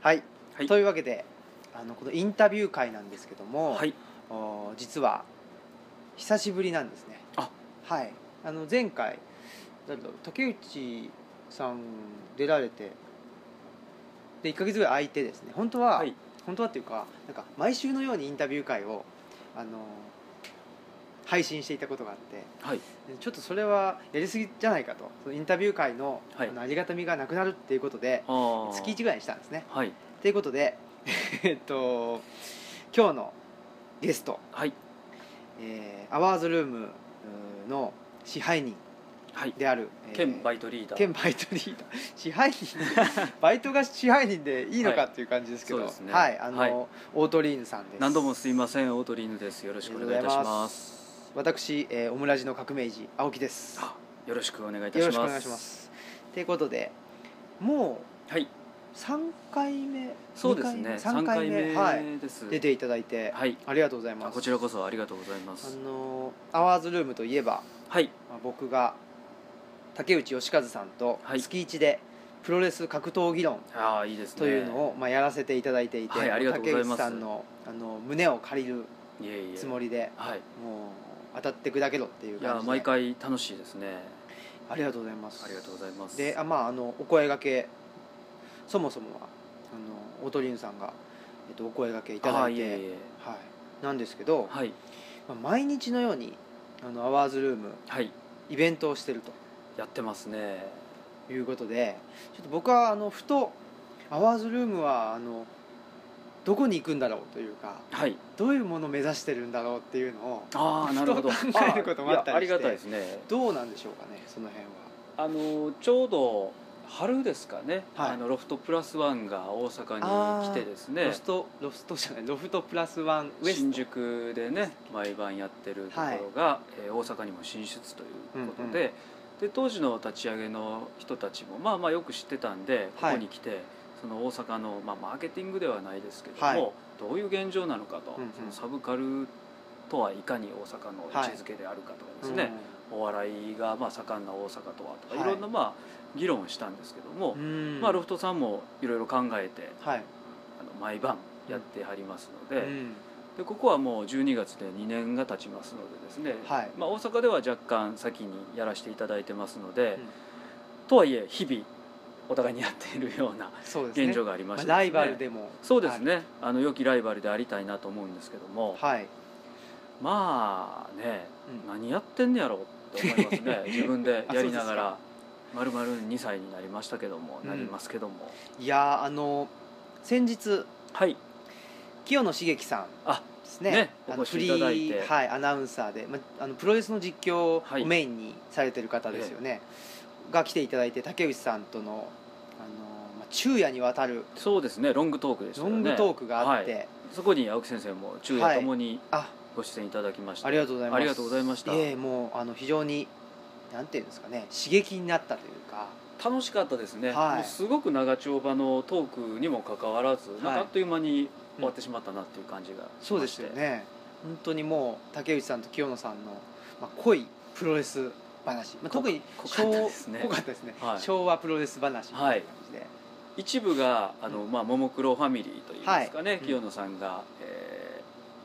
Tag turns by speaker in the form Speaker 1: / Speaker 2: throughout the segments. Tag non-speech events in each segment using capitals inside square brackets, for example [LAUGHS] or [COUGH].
Speaker 1: はい、
Speaker 2: はい
Speaker 1: というわけであのこのインタビュー会なんですけども、
Speaker 2: はい
Speaker 1: お実は久しぶりなんですね
Speaker 2: あ
Speaker 1: はいあの前回なんだろう竹内さん出られてで1か月ぐらい空いてですね本当は、
Speaker 2: はい
Speaker 1: 本当はっていうかなんか毎週のようにインタビュー会をあの配信していたことがあって
Speaker 2: はい
Speaker 1: ちょっとそれはやりすぎじゃないかとそのインタビュー会の,、
Speaker 2: はい
Speaker 1: あのありがたみがなくなるっていうことで
Speaker 2: あー
Speaker 1: 月1ぐらいにしたんですね
Speaker 2: はい
Speaker 1: ということで [LAUGHS] えっと今日のゲスト、
Speaker 2: はい
Speaker 1: えーアワーズルームうーの支配人
Speaker 2: はい
Speaker 1: である、えー
Speaker 2: 県バイトリーダー
Speaker 1: 兼バイトリーダー [LAUGHS] 支配人バイトが支配人でいいのかっていう感じですけど、
Speaker 2: は
Speaker 1: はいい
Speaker 2: そうですね
Speaker 1: あの、
Speaker 2: はい
Speaker 1: オートリーヌさんです
Speaker 2: 何度もすいませんオートリーヌですよろしくお願いいたします
Speaker 1: 私、えーオムラジの革命児青木です
Speaker 2: あよろしくお願いいたし
Speaker 1: よろ
Speaker 2: ます
Speaker 1: しくお願いしますということでもう
Speaker 2: はい
Speaker 1: 3回目
Speaker 2: そうですね
Speaker 1: 3
Speaker 2: 3
Speaker 1: 回
Speaker 2: 回
Speaker 1: 目
Speaker 2: 目
Speaker 1: はい、
Speaker 2: です
Speaker 1: 出ていただいて、
Speaker 2: はい
Speaker 1: ありがとうござい
Speaker 2: あ
Speaker 1: ます
Speaker 2: こちらこそありがとうございま
Speaker 1: あ
Speaker 2: す
Speaker 1: のアワーズルームといえば
Speaker 2: はい
Speaker 1: まあ僕が竹内義和さんと
Speaker 2: はい
Speaker 1: 月一でプロレス格闘技論
Speaker 2: ああいいですね
Speaker 1: というのをまあやらせていただいていて、
Speaker 2: はいありがとうございます
Speaker 1: 竹内さんのあの胸を借りる
Speaker 2: いえいえ
Speaker 1: つもりで
Speaker 2: はい
Speaker 1: もう当たって砕けろっていう
Speaker 2: いや
Speaker 1: 感じで
Speaker 2: 毎回楽しいですね
Speaker 1: ありがとうございます
Speaker 2: ありがとうございます
Speaker 1: であまああのお声がけそもそもはあのオトリンさんが、えっと、お声がけいただいて
Speaker 2: あーえいえ
Speaker 1: はい、なんですけど、
Speaker 2: はい
Speaker 1: まあ毎日のようにあのアワーズルーム
Speaker 2: はい
Speaker 1: イベントをしてる
Speaker 2: やってますね
Speaker 1: ということでちょっと僕はあのふとアワーズルームはあのどこに行くんだろうというか
Speaker 2: はい
Speaker 1: どういうものを目指してるんだろうっていうのを
Speaker 2: ああなるほど
Speaker 1: ふと考えることもあったりして
Speaker 2: あーいやありがたいですね
Speaker 1: どうなんでしょうかねその辺は。
Speaker 2: あのちょうど春ですかね、
Speaker 1: はい
Speaker 2: あのロフトプラスワンが大阪に来てですね
Speaker 1: ロストロストじゃないロフトプラスワンウエス
Speaker 2: 新
Speaker 1: ト
Speaker 2: 宿でね毎晩やってるところが、えー大阪にも進出ということで,、で当時の立ち上げの人たちもまあまあよく知ってたんでこ
Speaker 1: はい
Speaker 2: こに来て、その大阪の、まあ、マーケティングではないですけども、
Speaker 1: はい
Speaker 2: どういう現状なのかと、
Speaker 1: うんうん
Speaker 2: そのサブカルとはいかに大阪の位置づけであるかとかですね、お笑いがまあ盛んな大阪とはとか、
Speaker 1: はい
Speaker 2: い、ろんなまあ議論をしたんですけども、
Speaker 1: うん
Speaker 2: まあ、ロフトさんもいろいろ考えて
Speaker 1: はい、
Speaker 2: あの毎晩やってはりますので,、
Speaker 1: うん
Speaker 2: でここはもう12月で2年が経ちますのでですね、
Speaker 1: はい
Speaker 2: まあ、大阪では若干先にやらせていただいてますので、
Speaker 1: うん
Speaker 2: とはいえ日々お互いにやっているような
Speaker 1: そうですね
Speaker 2: 現状がありま
Speaker 1: ま
Speaker 2: し
Speaker 1: あ、
Speaker 2: て
Speaker 1: ライ
Speaker 2: ですね
Speaker 1: バルでも
Speaker 2: そうですね、あの良きライバルでありたいなと思うんですけども、
Speaker 1: はい、
Speaker 2: まあね
Speaker 1: うん
Speaker 2: 何やってんねやろうって思います
Speaker 1: [LAUGHS]
Speaker 2: ね自分でやりなが
Speaker 1: あ
Speaker 2: らまるまる2歳になりましたけども、
Speaker 1: うん
Speaker 2: なりますけども
Speaker 1: いやーあの先日
Speaker 2: はい
Speaker 1: 清野茂樹さん
Speaker 2: あ
Speaker 1: ですね
Speaker 2: ね
Speaker 1: あ
Speaker 2: お
Speaker 1: の
Speaker 2: 越
Speaker 1: フ
Speaker 2: し
Speaker 1: リ
Speaker 2: いただいて
Speaker 1: ー、はい、アナウンサーで、ま、あのプロレスの実況
Speaker 2: はい
Speaker 1: をメインにされてる方ですよね、が来ていただいて竹内さんとのあの、ま、昼夜にわたる
Speaker 2: そうですねロングトークでした
Speaker 1: ロ
Speaker 2: よね
Speaker 1: ングトークがあって、
Speaker 2: はいそこに青木先生も昼夜ともに
Speaker 1: あ
Speaker 2: ご出演いただきました、
Speaker 1: ありがとうございます
Speaker 2: ありがとうございました
Speaker 1: ええもうあの非常になんていうんですかね刺激になったというか
Speaker 2: 楽しかったですね、
Speaker 1: はい
Speaker 2: もうすごく長丁場のトークにもかかわらず、なんかあっという間に
Speaker 1: うん
Speaker 2: 終わってしまったなっていう感じがしまして
Speaker 1: そうですよね本当にもう竹内さんと清野さんの、まあ、濃いプロレス話、まあ、
Speaker 2: こ
Speaker 1: 特に
Speaker 2: 濃か
Speaker 1: 昭
Speaker 2: ったですね
Speaker 1: 濃かったですね
Speaker 2: はい
Speaker 1: 昭和プロレス話みたいな感じで、
Speaker 2: 一部があの、
Speaker 1: うん
Speaker 2: まあ、ももクロファミリーというんですかね、
Speaker 1: はい
Speaker 2: 清野さんが、えー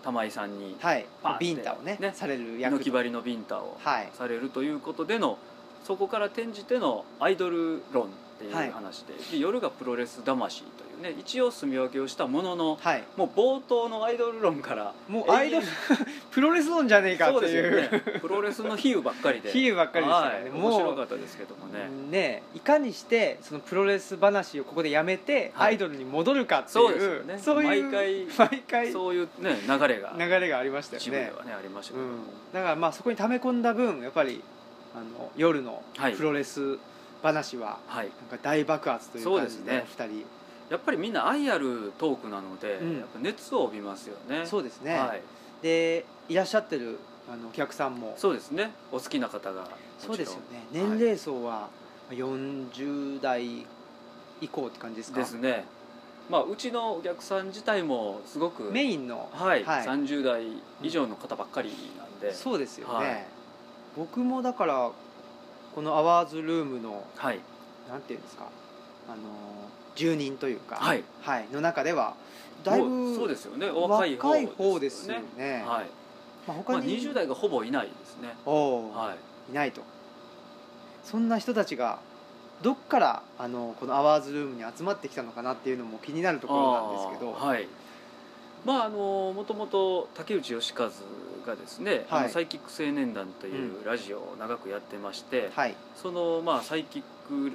Speaker 2: 玉井さんに
Speaker 1: はい
Speaker 2: パーンって
Speaker 1: ビンタをね
Speaker 2: ね
Speaker 1: される役
Speaker 2: 猪木張りのビンタを
Speaker 1: はい
Speaker 2: されるということでのそこから転じてのアイドル論っていう
Speaker 1: はい
Speaker 2: 話で,、で夜がプロレス魂というね一応住み分けをしたものの
Speaker 1: はい
Speaker 2: もう冒頭のアイドル論から
Speaker 1: もうアイドル [LAUGHS] プロレス論じゃねえか
Speaker 2: そう
Speaker 1: って
Speaker 2: です
Speaker 1: い
Speaker 2: よ
Speaker 1: う
Speaker 2: ねプロレスの比喩ばっかりで
Speaker 1: 比喩ばっかりでしたからね
Speaker 2: はい、
Speaker 1: もう
Speaker 2: 面白かったですけどもね、
Speaker 1: ねえいかにしてそのプロレス話をここでやめて、
Speaker 2: はい
Speaker 1: アイドルに戻るかって
Speaker 2: そうで
Speaker 1: い
Speaker 2: すよ
Speaker 1: う
Speaker 2: ね
Speaker 1: そういう
Speaker 2: 毎
Speaker 1: 毎回
Speaker 2: そういうね流れが
Speaker 1: 流れがありましたよ
Speaker 2: 一部で
Speaker 1: ね、
Speaker 2: はねありました
Speaker 1: う
Speaker 2: けど、
Speaker 1: ん、だからまあそこに溜め込んだ分やっぱりあの夜の
Speaker 2: はい
Speaker 1: プロレス話は
Speaker 2: はい
Speaker 1: なんか大爆発という
Speaker 2: そう
Speaker 1: 感
Speaker 2: で
Speaker 1: じ
Speaker 2: す
Speaker 1: で
Speaker 2: ね
Speaker 1: お二人
Speaker 2: やっぱりみんな愛あるトークなので、
Speaker 1: うん
Speaker 2: やっぱ熱を帯びますよね
Speaker 1: そうですね、
Speaker 2: はい、
Speaker 1: でいらっしゃってるあのお客さんも
Speaker 2: そうですねお好きな方がもち
Speaker 1: そ
Speaker 2: ろん
Speaker 1: うですよね年齢層は40代以降って感じですか
Speaker 2: ですねまあうちのお客さん自体もすごく
Speaker 1: メインの、
Speaker 2: はい、
Speaker 1: はい
Speaker 2: 30代以上の方ばっかりなんで、
Speaker 1: そうですよね、
Speaker 2: はい
Speaker 1: 僕もだからこのアワーズルームの
Speaker 2: はい
Speaker 1: なんていうんですかあの住人というか、
Speaker 2: はい
Speaker 1: の中ではだい
Speaker 2: もうそう
Speaker 1: ぶ
Speaker 2: ですよね
Speaker 1: 若
Speaker 2: 若
Speaker 1: い
Speaker 2: い
Speaker 1: 方
Speaker 2: 方
Speaker 1: で
Speaker 2: ですす
Speaker 1: よ
Speaker 2: よ
Speaker 1: ね
Speaker 2: ねはい
Speaker 1: まあ、他
Speaker 2: まあ、
Speaker 1: に、
Speaker 2: 20代がほぼいないですね
Speaker 1: おー
Speaker 2: はい
Speaker 1: いないとそんな人たちがどっからあのこのアワーズルームに集まってきたのかなっていうのも気になるところなんですけど
Speaker 2: あーはいまああのもともと竹内義和がですね、
Speaker 1: はい
Speaker 2: あのサイキック青年団というラジオを長くやってまして、
Speaker 1: はい、
Speaker 2: そのまあサイキック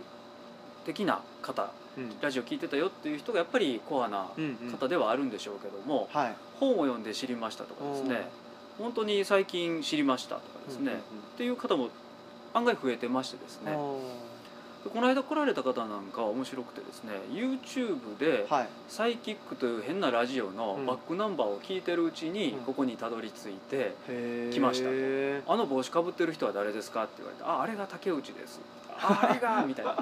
Speaker 2: 的な方
Speaker 1: うん
Speaker 2: ラジオ聞いてたよっていう人がやっぱりコアな
Speaker 1: うんうん
Speaker 2: 方ではあるんでしょうけども、
Speaker 1: はい
Speaker 2: 本を読んで知りましたとかですね本当に最近知りましたとかですね、っていう方も案外増えてましてです
Speaker 1: うんう
Speaker 2: ね
Speaker 1: んうん
Speaker 2: でこの間来られた方なんかは面白くてですね YouTube で
Speaker 1: おーはい
Speaker 2: サイキックという変なラジオの
Speaker 1: うん
Speaker 2: バックナンバーを聞いてるうちに
Speaker 1: うん
Speaker 2: ここにたどり着いて
Speaker 1: へー
Speaker 2: 来ましたと「あの帽子かぶってる人は誰ですか?」って言われて「ああれが竹内です」ああれが」みたいな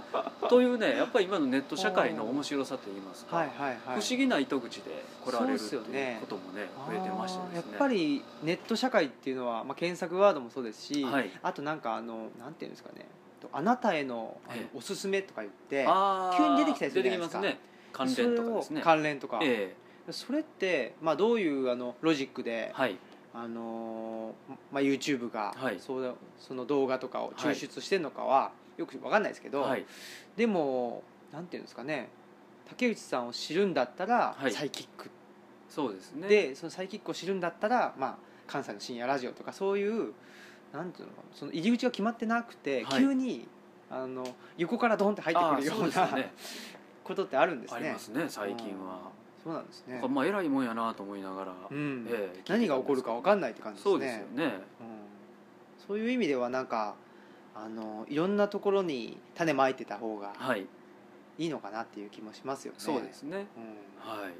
Speaker 2: というねやっぱり今のネット社会の面白さといいますか、
Speaker 1: はいはいはい
Speaker 2: 不思議な糸口で来られるって
Speaker 1: そうですよ
Speaker 2: い
Speaker 1: ね
Speaker 2: うこともね増えてました
Speaker 1: あー
Speaker 2: で
Speaker 1: やっ
Speaker 2: すね
Speaker 1: ぱりネット社会っていうのは、まあ、検索ワードもそうですし、
Speaker 2: はい
Speaker 1: あとなんかあのなんていうんですかねとあなたへのあの
Speaker 2: ええ
Speaker 1: おすすめとか言って
Speaker 2: あー
Speaker 1: 急に出てきたりするじ
Speaker 2: 出
Speaker 1: ゃ
Speaker 2: て
Speaker 1: ないで
Speaker 2: きます
Speaker 1: か
Speaker 2: すね関連とかです
Speaker 1: それを
Speaker 2: ね
Speaker 1: 関連とか、
Speaker 2: え
Speaker 1: それって、まあ、どういうあのロジック
Speaker 2: え
Speaker 1: で、
Speaker 2: はい
Speaker 1: あのーまあ、YouTube が、
Speaker 2: はい
Speaker 1: そうだその動画とかを抽出してるのかは、よくわかんないですけど、
Speaker 2: はい
Speaker 1: でもなんていうんですかね竹内さんを知るんだったら、
Speaker 2: はい
Speaker 1: サイキック
Speaker 2: そうですね
Speaker 1: でそのサイキックを知るんだったら、まあ、関西の深夜ラジオとかそういうなんていうのかなその入り口が決まってなくて、
Speaker 2: はい
Speaker 1: 急にあの横からドンって入って
Speaker 2: あ
Speaker 1: く
Speaker 2: ー
Speaker 1: るよ
Speaker 2: そう
Speaker 1: う
Speaker 2: ですよ
Speaker 1: な
Speaker 2: ね
Speaker 1: ことってあるんです
Speaker 2: あ
Speaker 1: ね。
Speaker 2: りますね最近は、
Speaker 1: そうなんですね
Speaker 2: なんか、まあ偉いもんやなと思いながら、
Speaker 1: うん
Speaker 2: ええ
Speaker 1: 何が起こるか分かんないって感じですね
Speaker 2: そうですよね
Speaker 1: うんそういう意味ではなんかあのいろんなところに種まいてた方が
Speaker 2: はい
Speaker 1: いいのかなっていう気もしますよね。
Speaker 2: そうですね
Speaker 1: うん
Speaker 2: はい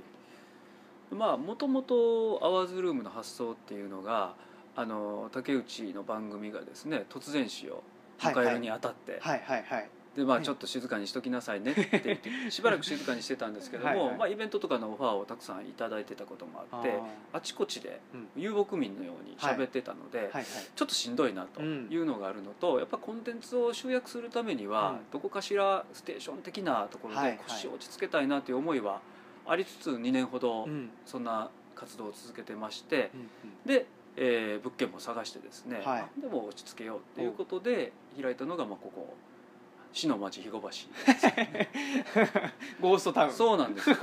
Speaker 2: まあもともと「アワーズルーム」の発想っていうのがあの竹内の番組がですね突然死を迎えるにあたって、
Speaker 1: はいはいはい
Speaker 2: でま
Speaker 1: は
Speaker 2: あ、
Speaker 1: い
Speaker 2: ちょっと静かにしときなさいねって言
Speaker 1: [LAUGHS]
Speaker 2: ってしばらく静かにしてたんですけども
Speaker 1: はいはい
Speaker 2: まあ、イベントとかのオファーをたくさんいただいてたことも
Speaker 1: あ
Speaker 2: あっ
Speaker 1: ー
Speaker 2: てあちこちで
Speaker 1: うん
Speaker 2: 遊牧民のように喋ってたので、
Speaker 1: はいはい
Speaker 2: ちょっとしんどいなというのがあるのと、やっぱコンテンツを集約するためには、
Speaker 1: うん
Speaker 2: どこかしらステーション的なところ
Speaker 1: はいは
Speaker 2: で
Speaker 1: い
Speaker 2: 腰を落ち着けたいなという思いはありつつ2年ほど
Speaker 1: うんうん
Speaker 2: そんな活動を続けてまして
Speaker 1: うん
Speaker 2: で、えー物件も探してですね、
Speaker 1: はい
Speaker 2: あでも落ち着けようということで開いたのがまあここ市の町肥後橋。
Speaker 1: ゴーストタウン
Speaker 2: そうな
Speaker 1: [LAUGHS]
Speaker 2: んですよ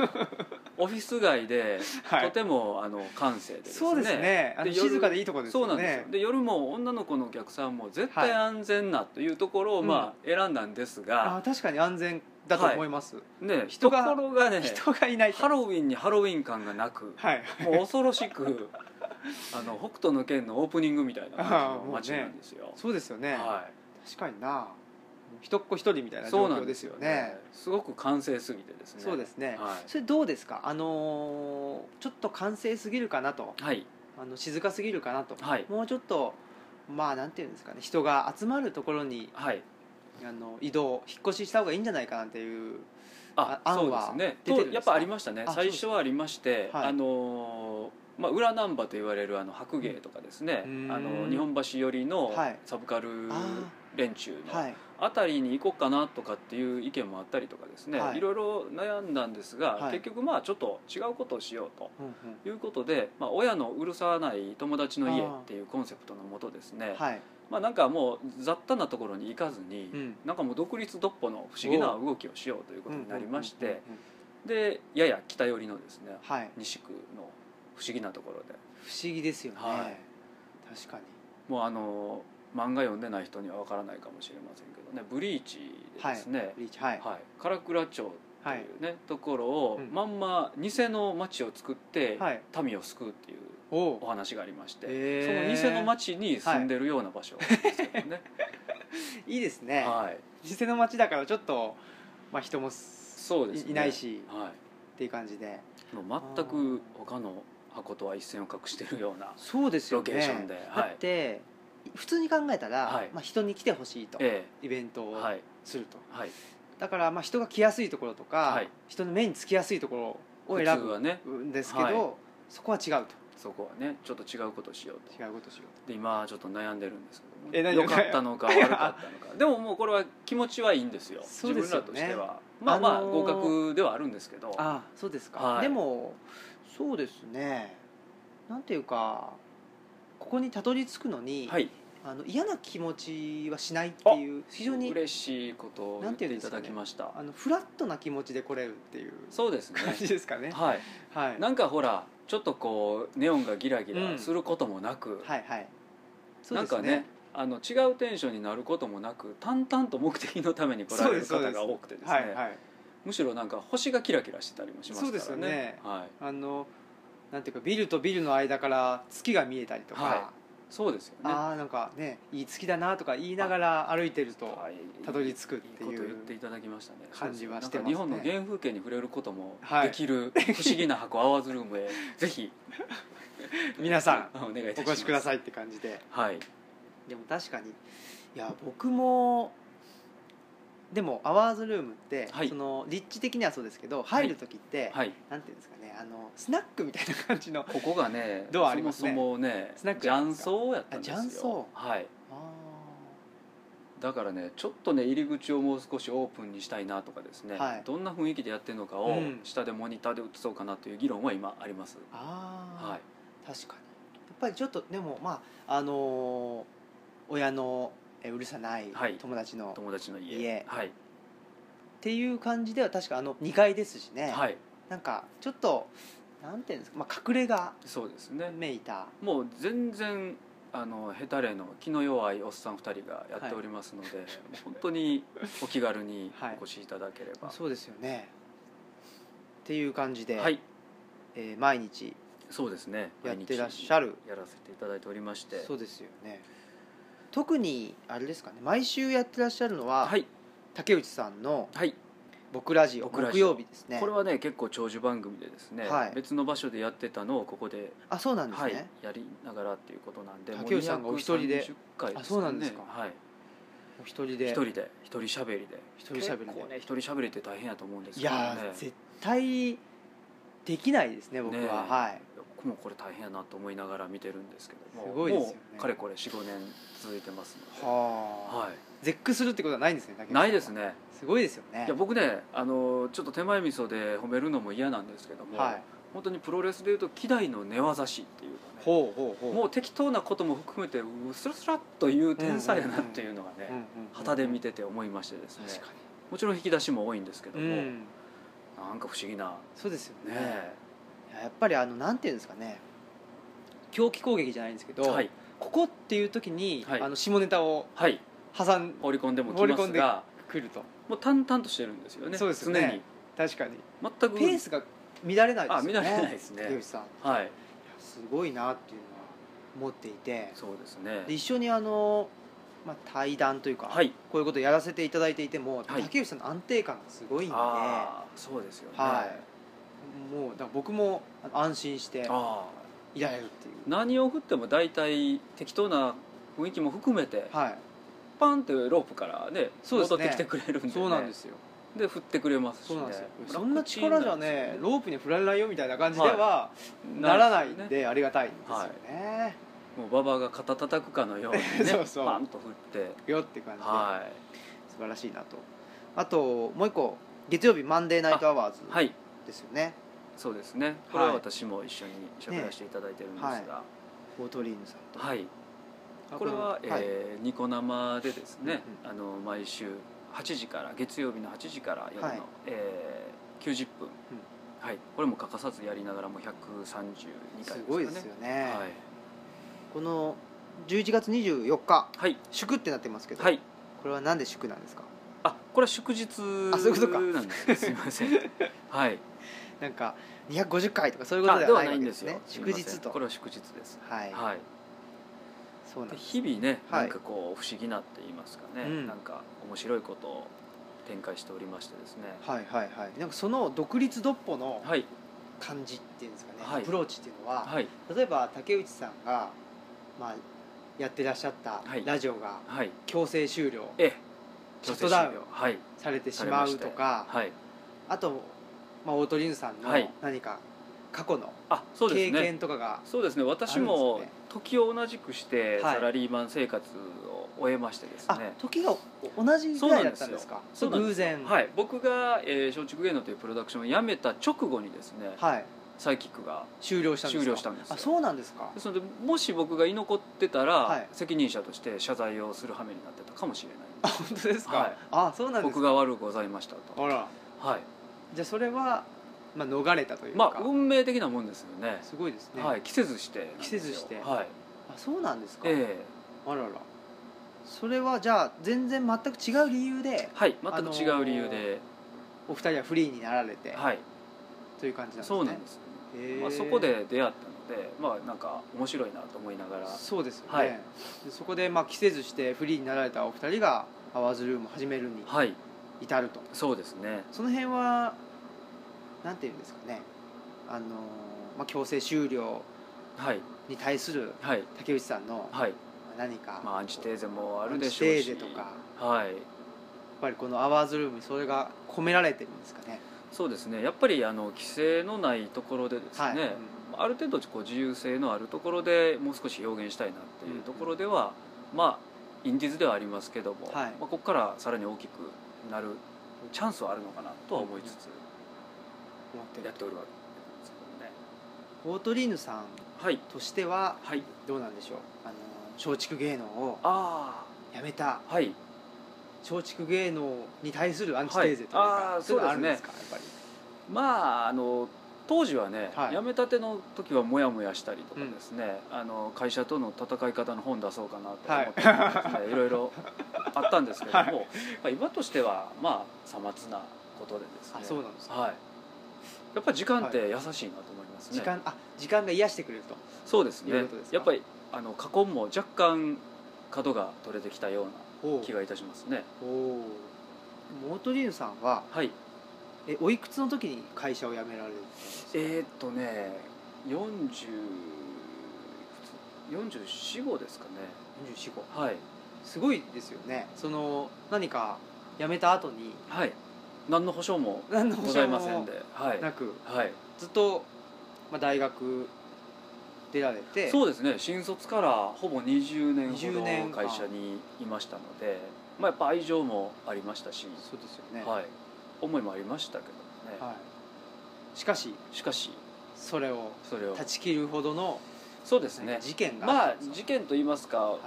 Speaker 2: オフィス街で、
Speaker 1: はい
Speaker 2: とてもあの閑静でですね
Speaker 1: そうですねあの
Speaker 2: で夜
Speaker 1: 静かでいいとこです
Speaker 2: そう
Speaker 1: よ
Speaker 2: なんです
Speaker 1: ね
Speaker 2: よで夜も女の子のお客さんも絶対
Speaker 1: は
Speaker 2: 安全なというところを、まあ選んだんです
Speaker 1: あ
Speaker 2: が、
Speaker 1: 確かに安全だと思います、
Speaker 2: ね
Speaker 1: 人
Speaker 2: 人
Speaker 1: が
Speaker 2: がところがね
Speaker 1: 人がいないと
Speaker 2: ハロウィンにハロウィン感がなく
Speaker 1: はい
Speaker 2: もう恐ろし
Speaker 1: [LAUGHS]
Speaker 2: くあの北斗の拳のオープニングみたいな感じの街なんですよ。
Speaker 1: そうですよね、
Speaker 2: はい
Speaker 1: 確かにな人っ子一人みたいな状
Speaker 2: そうな
Speaker 1: 況
Speaker 2: ん
Speaker 1: で
Speaker 2: ですす
Speaker 1: よ
Speaker 2: よ
Speaker 1: ね
Speaker 2: ねすごく完成すぎてですね
Speaker 1: そうですね
Speaker 2: は
Speaker 1: それどうですかあのーちょっと完成すぎるかなと
Speaker 2: い、はい
Speaker 1: あの静かすぎるかなと、
Speaker 2: はい
Speaker 1: もうちょっとまあなんていうんですかね人が集まるところに
Speaker 2: はい、
Speaker 1: あの移動引っ越しした方がいいんじゃないかなっていう
Speaker 2: あ
Speaker 1: あ
Speaker 2: そう
Speaker 1: 案は
Speaker 2: ですね
Speaker 1: 出てるんですか
Speaker 2: とやっぱありましたね
Speaker 1: あ
Speaker 2: 最初はありまして、
Speaker 1: はい
Speaker 2: あのーまあ、裏ナンバーと言われるあの白芸とかですね、
Speaker 1: うん
Speaker 2: あの日本橋寄りの
Speaker 1: はい
Speaker 2: サブカル
Speaker 1: あ
Speaker 2: 連中
Speaker 1: は
Speaker 2: の
Speaker 1: い
Speaker 2: あたりに行こうかなとかっていう意見もあったりとかですね、
Speaker 1: はい
Speaker 2: い、ろいろ悩んだんですが、
Speaker 1: はい
Speaker 2: 結局まあちょっと違うことをしようと
Speaker 1: うんうん
Speaker 2: いうことで、まあ、親のうるさない友達の家っていうコンセプトのもとですね
Speaker 1: はい
Speaker 2: まあ、なんかもう雑多なところに行かずに、
Speaker 1: うん
Speaker 2: なんかもう独立独歩の不思議な動きをしようということになりまして。
Speaker 1: うんうんうんうん
Speaker 2: でやや北寄りのですね
Speaker 1: はい
Speaker 2: 西区の不思議なところで
Speaker 1: 不思議ですよね、
Speaker 2: は
Speaker 1: 確かに
Speaker 2: もうあの漫画読んでない人にはわからないかもしれませんけどね「ブリーチ」でですね、
Speaker 1: リーチはい、
Speaker 2: はい唐倉町って
Speaker 1: はい
Speaker 2: いうね、ところを、
Speaker 1: うん
Speaker 2: まんま偽の町を作って、
Speaker 1: はい
Speaker 2: 民を救うっていう
Speaker 1: お
Speaker 2: お
Speaker 1: お
Speaker 2: 話がありまして、
Speaker 1: へー
Speaker 2: その偽の町に住んでるような場所なんですけどね、
Speaker 1: いいです
Speaker 2: は
Speaker 1: ね、
Speaker 2: い
Speaker 1: 店の街だからちょっと、まあ、人もす
Speaker 2: そうですね
Speaker 1: いいないし
Speaker 2: は
Speaker 1: っていう感じで
Speaker 2: い、もう全く他の箱とは一線を隠してるような、
Speaker 1: そうですよね
Speaker 2: ロケーションではい
Speaker 1: だって普通に考えたら、
Speaker 2: はい
Speaker 1: まあ、人に来てほしいと、
Speaker 2: え
Speaker 1: イベント
Speaker 2: え
Speaker 1: を
Speaker 2: はい
Speaker 1: すると、
Speaker 2: はい
Speaker 1: だからまあ人が来やすいところとか、
Speaker 2: はい
Speaker 1: 人の目につきやすいところを
Speaker 2: 普通
Speaker 1: 選ぶ
Speaker 2: はね
Speaker 1: んですけど、
Speaker 2: はい
Speaker 1: そこは違うと
Speaker 2: そこはねちょっと違うことをしようと
Speaker 1: 違うことしよ
Speaker 2: で今ちょっと悩んでるんですけど
Speaker 1: え何
Speaker 2: 良かったのか悪かったの
Speaker 1: [LAUGHS]
Speaker 2: かでももうこれは気持ちはいいんですよ
Speaker 1: そうですよね
Speaker 2: 自分らとしてはまあまあ
Speaker 1: あのー
Speaker 2: 合格ではあるんですけど、
Speaker 1: あそうですか、
Speaker 2: はい
Speaker 1: でもそうですねなんていうかここにたどり着くのに、
Speaker 2: はい
Speaker 1: あの嫌な気持ちはしないっていう非常に
Speaker 2: 嬉しいことを言っていただきました、
Speaker 1: あのフラットな気持ちで来れるっていう
Speaker 2: そうですね
Speaker 1: 感じですかね
Speaker 2: はい
Speaker 1: はい
Speaker 2: なんかほらちょっとこうネオンがギラギラすることもなく、
Speaker 1: はいはいそう
Speaker 2: な
Speaker 1: で
Speaker 2: んか
Speaker 1: す
Speaker 2: ねあの違うテンションになることもなく淡々と目的のために来られる
Speaker 1: そうで
Speaker 2: 方
Speaker 1: すそ
Speaker 2: が
Speaker 1: うで
Speaker 2: 多くてですね
Speaker 1: はいはい
Speaker 2: むしろなんか星がキラキラしてたりもしますから
Speaker 1: そ
Speaker 2: ね
Speaker 1: うですよね
Speaker 2: はい、
Speaker 1: あのなんていうかビルとビルの間から月が見えたりとか、
Speaker 2: はそうですよね
Speaker 1: ああなんかねいい月だなとか言いながら歩いてると
Speaker 2: はい
Speaker 1: たどり着くっ
Speaker 2: いい
Speaker 1: て
Speaker 2: こと
Speaker 1: い
Speaker 2: 言っ
Speaker 1: う
Speaker 2: ていただきましたね
Speaker 1: 感じはしてますね
Speaker 2: なんか日本の原風景に触れることも
Speaker 1: はい
Speaker 2: できる不思議な
Speaker 1: [LAUGHS]
Speaker 2: 箱アワーズルームへぜひ
Speaker 1: 皆さ
Speaker 2: お願いい
Speaker 1: んお
Speaker 2: たします
Speaker 1: 越しくださ
Speaker 2: い
Speaker 1: いって感じで
Speaker 2: はい
Speaker 1: でも確かにいや僕もでもアワーズルームって、
Speaker 2: はい
Speaker 1: その立地的にはそうですけど入る時って、
Speaker 2: はい
Speaker 1: なんていうんですかねあのスナックみたいな感じの
Speaker 2: ここがね
Speaker 1: ドアありますね
Speaker 2: そもそもね
Speaker 1: スナックやったんで
Speaker 2: 雀
Speaker 1: すか
Speaker 2: 荘やったんですよ
Speaker 1: あ雀荘
Speaker 2: はい
Speaker 1: あ
Speaker 2: だからねちょっとね入り口をもう少しオープンにしたいなとかですね、
Speaker 1: はい
Speaker 2: どんな雰囲気でやってるのかを
Speaker 1: うん
Speaker 2: 下でモニターで映そうかなという議論は今あります、
Speaker 1: ーあー、
Speaker 2: はい
Speaker 1: 確かにやっぱりちょっとでもまああのー親のえうるさない
Speaker 2: はい
Speaker 1: 友達の、っ
Speaker 2: 友達の家
Speaker 1: 家
Speaker 2: はい、
Speaker 1: ていう感じでは確かあの2階ですしね、
Speaker 2: はい、
Speaker 1: なんかちょっとなんていうんですか、まあ、隠れが
Speaker 2: そうですね
Speaker 1: めいた
Speaker 2: もう全然あのヘタレの気の弱いおっさん2人がやっておりますので、もう本当にお気軽に
Speaker 1: はい
Speaker 2: お越しいただければ
Speaker 1: そうですよねっていう感じで、
Speaker 2: はい、
Speaker 1: えー毎日
Speaker 2: そうですね
Speaker 1: やってらっし
Speaker 2: ゃ
Speaker 1: ゃる
Speaker 2: やらせていただいておりまして
Speaker 1: そうですよね特にあれですかね毎週やってらっしゃるのは、
Speaker 2: はい
Speaker 1: 竹内さんの
Speaker 2: はい、
Speaker 1: 「僕ラジオ」
Speaker 2: 僕ラ
Speaker 1: 木
Speaker 2: ジオ
Speaker 1: 曜日ですね
Speaker 2: これはね結構長寿番組でですね、
Speaker 1: はい
Speaker 2: 別の場所でやってたのをここで
Speaker 1: あそうなんです
Speaker 2: はい
Speaker 1: ね、、
Speaker 2: やりながらっていうことなんで
Speaker 1: 竹内さんがお一人で
Speaker 2: もう230回
Speaker 1: あそうなんですか
Speaker 2: はい、
Speaker 1: お一人
Speaker 2: 一
Speaker 1: で
Speaker 2: 人で一人しゃべりで
Speaker 1: 一人しゃべりで
Speaker 2: 結構ね一人しゃべりって大変やと思うんです
Speaker 1: い
Speaker 2: けどね
Speaker 1: やー、絶対できないですね僕は、
Speaker 2: ねえ
Speaker 1: はい
Speaker 2: 僕もこれ大変やなと思いながら見てるんですけども
Speaker 1: すごいですよね
Speaker 2: もうかれこれ45年続いてますので、
Speaker 1: はあ、
Speaker 2: は
Speaker 1: 絶句するってことはないんですね竹
Speaker 2: い、
Speaker 1: 内さんは
Speaker 2: ないですね
Speaker 1: すごいですよね
Speaker 2: いや僕ねあのちょっと手前味噌で褒めるのも嫌なんですけども、
Speaker 1: はい、
Speaker 2: 本当にプロレスでいうと希代の寝技師っていうかね
Speaker 1: ほうほうほう
Speaker 2: もう適当なことも含めてうすらすらっという天才やなっていうのがね、
Speaker 1: うんうんうん
Speaker 2: 旗で見てて思いましてですね
Speaker 1: 確か
Speaker 2: もちろん引き出しも多いんですけど
Speaker 1: に、
Speaker 2: も、
Speaker 1: うん、
Speaker 2: なんか不思議な
Speaker 1: そうですよね
Speaker 2: ね
Speaker 1: いややっぱりあのなんていうんですかね狂気攻撃じゃないんですけど、
Speaker 2: はい
Speaker 1: ここっていう時に、
Speaker 2: はい
Speaker 1: あの下ネタを
Speaker 2: はい
Speaker 1: 挟ん
Speaker 2: 放り込んでもきま
Speaker 1: 放り込
Speaker 2: す
Speaker 1: んで
Speaker 2: が
Speaker 1: くると
Speaker 2: もう淡々としてるんですよね
Speaker 1: そうですよね確かに
Speaker 2: 常に全く
Speaker 1: ペースが乱れないですよね
Speaker 2: あ乱れないですね
Speaker 1: 竹内さんい
Speaker 2: はい
Speaker 1: やすごいなっていうのは思っていて
Speaker 2: そうですね
Speaker 1: で一緒にあの、まあ、対談というか、
Speaker 2: はい
Speaker 1: こういうことやらせていただいていても、
Speaker 2: はい
Speaker 1: 竹内さんの安定感がすごいんでは
Speaker 2: ああそうですよね、
Speaker 1: いもうだから僕もあの安心して
Speaker 2: あ
Speaker 1: いられるっていう
Speaker 2: ー何を振っても大体適当な雰囲気も含めて
Speaker 1: はい
Speaker 2: パンってロープからね
Speaker 1: そうです
Speaker 2: 戻
Speaker 1: ね
Speaker 2: ってきてくれるんで、ね、
Speaker 1: そうなんですよ
Speaker 2: で振ってくれますし、ね、
Speaker 1: そうなんですよそんな力じゃねロープに振られないよみたいな感じでは
Speaker 2: ー
Speaker 1: ならないんでありがたいんですよね
Speaker 2: もう馬場が肩叩くかのようにね
Speaker 1: [LAUGHS] そうそう
Speaker 2: パンと振って
Speaker 1: よって感じで
Speaker 2: は
Speaker 1: 素晴らしいなとあともう一個月曜日マンデーナイトアワーズ
Speaker 2: いはい
Speaker 1: ですよね
Speaker 2: そうですねこれは私も一緒に喋らせていただいてるんですが、
Speaker 1: ねオートリーヌさんと
Speaker 2: はいこれは、えーニコ生でですね、
Speaker 1: う
Speaker 2: あの毎週8時から月曜日の8時から夜の、
Speaker 1: はい
Speaker 2: えー90分、はい、これも欠かさずやりながらもう132回ですか
Speaker 1: す
Speaker 2: ね
Speaker 1: ごいですよね
Speaker 2: はい
Speaker 1: この11月24日
Speaker 2: はい、
Speaker 1: 祝ってなってますけど
Speaker 2: はい、
Speaker 1: これはなんで祝なんですか
Speaker 2: あこれは祝日
Speaker 1: あそういうことか
Speaker 2: なんですねすいません
Speaker 1: [LAUGHS]
Speaker 2: はい
Speaker 1: なんか250回とかそういうことではないんですね
Speaker 2: すい
Speaker 1: 祝
Speaker 2: ません
Speaker 1: 日と
Speaker 2: これは祝日です
Speaker 1: はい
Speaker 2: はい
Speaker 1: そうなん
Speaker 2: で
Speaker 1: です
Speaker 2: 日々ね、
Speaker 1: はい
Speaker 2: なんかこう不思議なって言いますかね、
Speaker 1: うん
Speaker 2: なんか面白いことを展開しておりましてですね
Speaker 1: はいはいはいなんかその独立独歩の
Speaker 2: はい
Speaker 1: 感じっていうんですかね、
Speaker 2: はい
Speaker 1: アプローチっていうのは、
Speaker 2: はい
Speaker 1: 例えば竹内さんが、まあ、やってらっしゃった
Speaker 2: はい
Speaker 1: ラジオが
Speaker 2: はい
Speaker 1: 強制終了
Speaker 2: ええ
Speaker 1: シャットダウン
Speaker 2: 強制終了はい
Speaker 1: されてしまうとか、
Speaker 2: はい
Speaker 1: あと、まあ、オートリンズさんの
Speaker 2: はい
Speaker 1: 何か過去の
Speaker 2: あそうで
Speaker 1: 経
Speaker 2: すね
Speaker 1: 験とかが、
Speaker 2: そうですね私
Speaker 1: あるん
Speaker 2: も
Speaker 1: ですね
Speaker 2: 時を同じくして
Speaker 1: はい
Speaker 2: サラリーマン生活を終えましてです
Speaker 1: あ
Speaker 2: ね
Speaker 1: 時がお同じぐらいだったんですか
Speaker 2: そうなんですよ
Speaker 1: 偶然
Speaker 2: はい、僕が、えー、松竹芸能というプロダクションを辞めた直後にですね、
Speaker 1: はい
Speaker 2: サイキックが
Speaker 1: 終了したんですか
Speaker 2: 終了したんですよ
Speaker 1: あそうなんです
Speaker 2: [LAUGHS]
Speaker 1: か
Speaker 2: ですのでもし僕が居残ってたら、
Speaker 1: はい
Speaker 2: 責任者として謝罪をする羽目になってたかもしれ
Speaker 1: あ
Speaker 2: な
Speaker 1: 本当ですか、
Speaker 2: はい
Speaker 1: あそうなん
Speaker 2: い
Speaker 1: ですか
Speaker 2: 僕が悪うございましたと、
Speaker 1: あら
Speaker 2: はい、
Speaker 1: じゃあそれは、まあ、逃れたという
Speaker 2: ま
Speaker 1: か、
Speaker 2: あ運命的なもんですよね
Speaker 1: すごいですね、
Speaker 2: はい、着せずしてなんですよ
Speaker 1: 着せずして
Speaker 2: はい
Speaker 1: あそうなんですか、
Speaker 2: え
Speaker 1: あららそれはじゃあ全然全く違う理由で
Speaker 2: えはい全く違う理由で、
Speaker 1: お二人はフリーになられて、
Speaker 2: はい、
Speaker 1: という感じなんですね
Speaker 2: そうなんですよね、
Speaker 1: へえ
Speaker 2: まあ、そこで出会ったのでまあなんか面白いなと思いながら
Speaker 1: そうですよね、
Speaker 2: はい
Speaker 1: でそこでまあ着せずしてフリーになられたお二人がアワーズルームを始めるに
Speaker 2: はい
Speaker 1: 至ると
Speaker 2: そうですね
Speaker 1: その辺はなんていうんですかねあの、まあ、強制終了
Speaker 2: はい
Speaker 1: に対する
Speaker 2: はい
Speaker 1: 竹内さんの
Speaker 2: はい
Speaker 1: 何か、
Speaker 2: まあアンチテーゼもあ
Speaker 1: ア
Speaker 2: る
Speaker 1: ン
Speaker 2: で
Speaker 1: チ
Speaker 2: しょう
Speaker 1: テ
Speaker 2: し
Speaker 1: ーゼとかやっ
Speaker 2: はい
Speaker 1: ぱりこのアワーズルームにそれが込められてるんですかね
Speaker 2: そうですねやっぱりあの規制のないところでですね、
Speaker 1: はい、うん
Speaker 2: ある程度こう自由性のあるところでもう少し表現したいなっていうところでは、まあインディーズではありますけども、
Speaker 1: はい
Speaker 2: まあ、ここからさらに大きくなるチャンスはあるのかなとは思いつつ
Speaker 1: 思って
Speaker 2: や
Speaker 1: る
Speaker 2: っておるわけなんですけどね
Speaker 1: オートリーヌさん
Speaker 2: はい
Speaker 1: としては
Speaker 2: はい
Speaker 1: どうなんでしょうあの松竹芸能を
Speaker 2: あ
Speaker 1: やめた
Speaker 2: あはい
Speaker 1: 松竹芸能に対するアンチテーゼというか、
Speaker 2: はいあ
Speaker 1: い
Speaker 2: ー
Speaker 1: のは
Speaker 2: そうですね
Speaker 1: あるんですかやっ
Speaker 2: まああの当時はね、
Speaker 1: はい
Speaker 2: 辞めたての時はモヤモヤしたりとかですね、あの会社との戦い方の本出そうかなと思ってたりですね、い、ろいろあったんですけども、
Speaker 1: [LAUGHS] はい
Speaker 2: まあ今としてはまあさまつなことでですね
Speaker 1: あそうなんですか
Speaker 2: はい、やっぱり時間って優しいなと思います
Speaker 1: り
Speaker 2: ね、
Speaker 1: 時間あ時間が癒してくれると
Speaker 2: そうです
Speaker 1: いう
Speaker 2: ね
Speaker 1: ことですか
Speaker 2: やっぱりあの過去も若干角が取れてきたような
Speaker 1: お
Speaker 2: 気がいたしますね
Speaker 1: おおーオートリーヌさんは
Speaker 2: はい
Speaker 1: えおいくつの時に会社を辞められるんですか
Speaker 2: えーっとね4045ですかね
Speaker 1: 24
Speaker 2: はい
Speaker 1: すごいですよねその何か辞めた後に
Speaker 2: はい何の保証も
Speaker 1: 何の保
Speaker 2: ござ
Speaker 1: 証
Speaker 2: いません
Speaker 1: も
Speaker 2: ではい、
Speaker 1: なく
Speaker 2: はい、
Speaker 1: ずっと、まあ、大学出られて
Speaker 2: そうですね新卒からほぼ20年
Speaker 1: 20年
Speaker 2: ほど
Speaker 1: 間
Speaker 2: 会社にいましたのでまあやっぱ愛情もありましたし、
Speaker 1: そうですよね、
Speaker 2: はい、思いもありましたけどね、
Speaker 1: はいしかし
Speaker 2: しかし
Speaker 1: それを
Speaker 2: それを
Speaker 1: 断ち切るほどの
Speaker 2: そうです
Speaker 1: なん
Speaker 2: ね
Speaker 1: か事件が
Speaker 2: ま
Speaker 1: っ
Speaker 2: あ
Speaker 1: たんです
Speaker 2: 事
Speaker 1: か
Speaker 2: 件といいますか、
Speaker 1: はい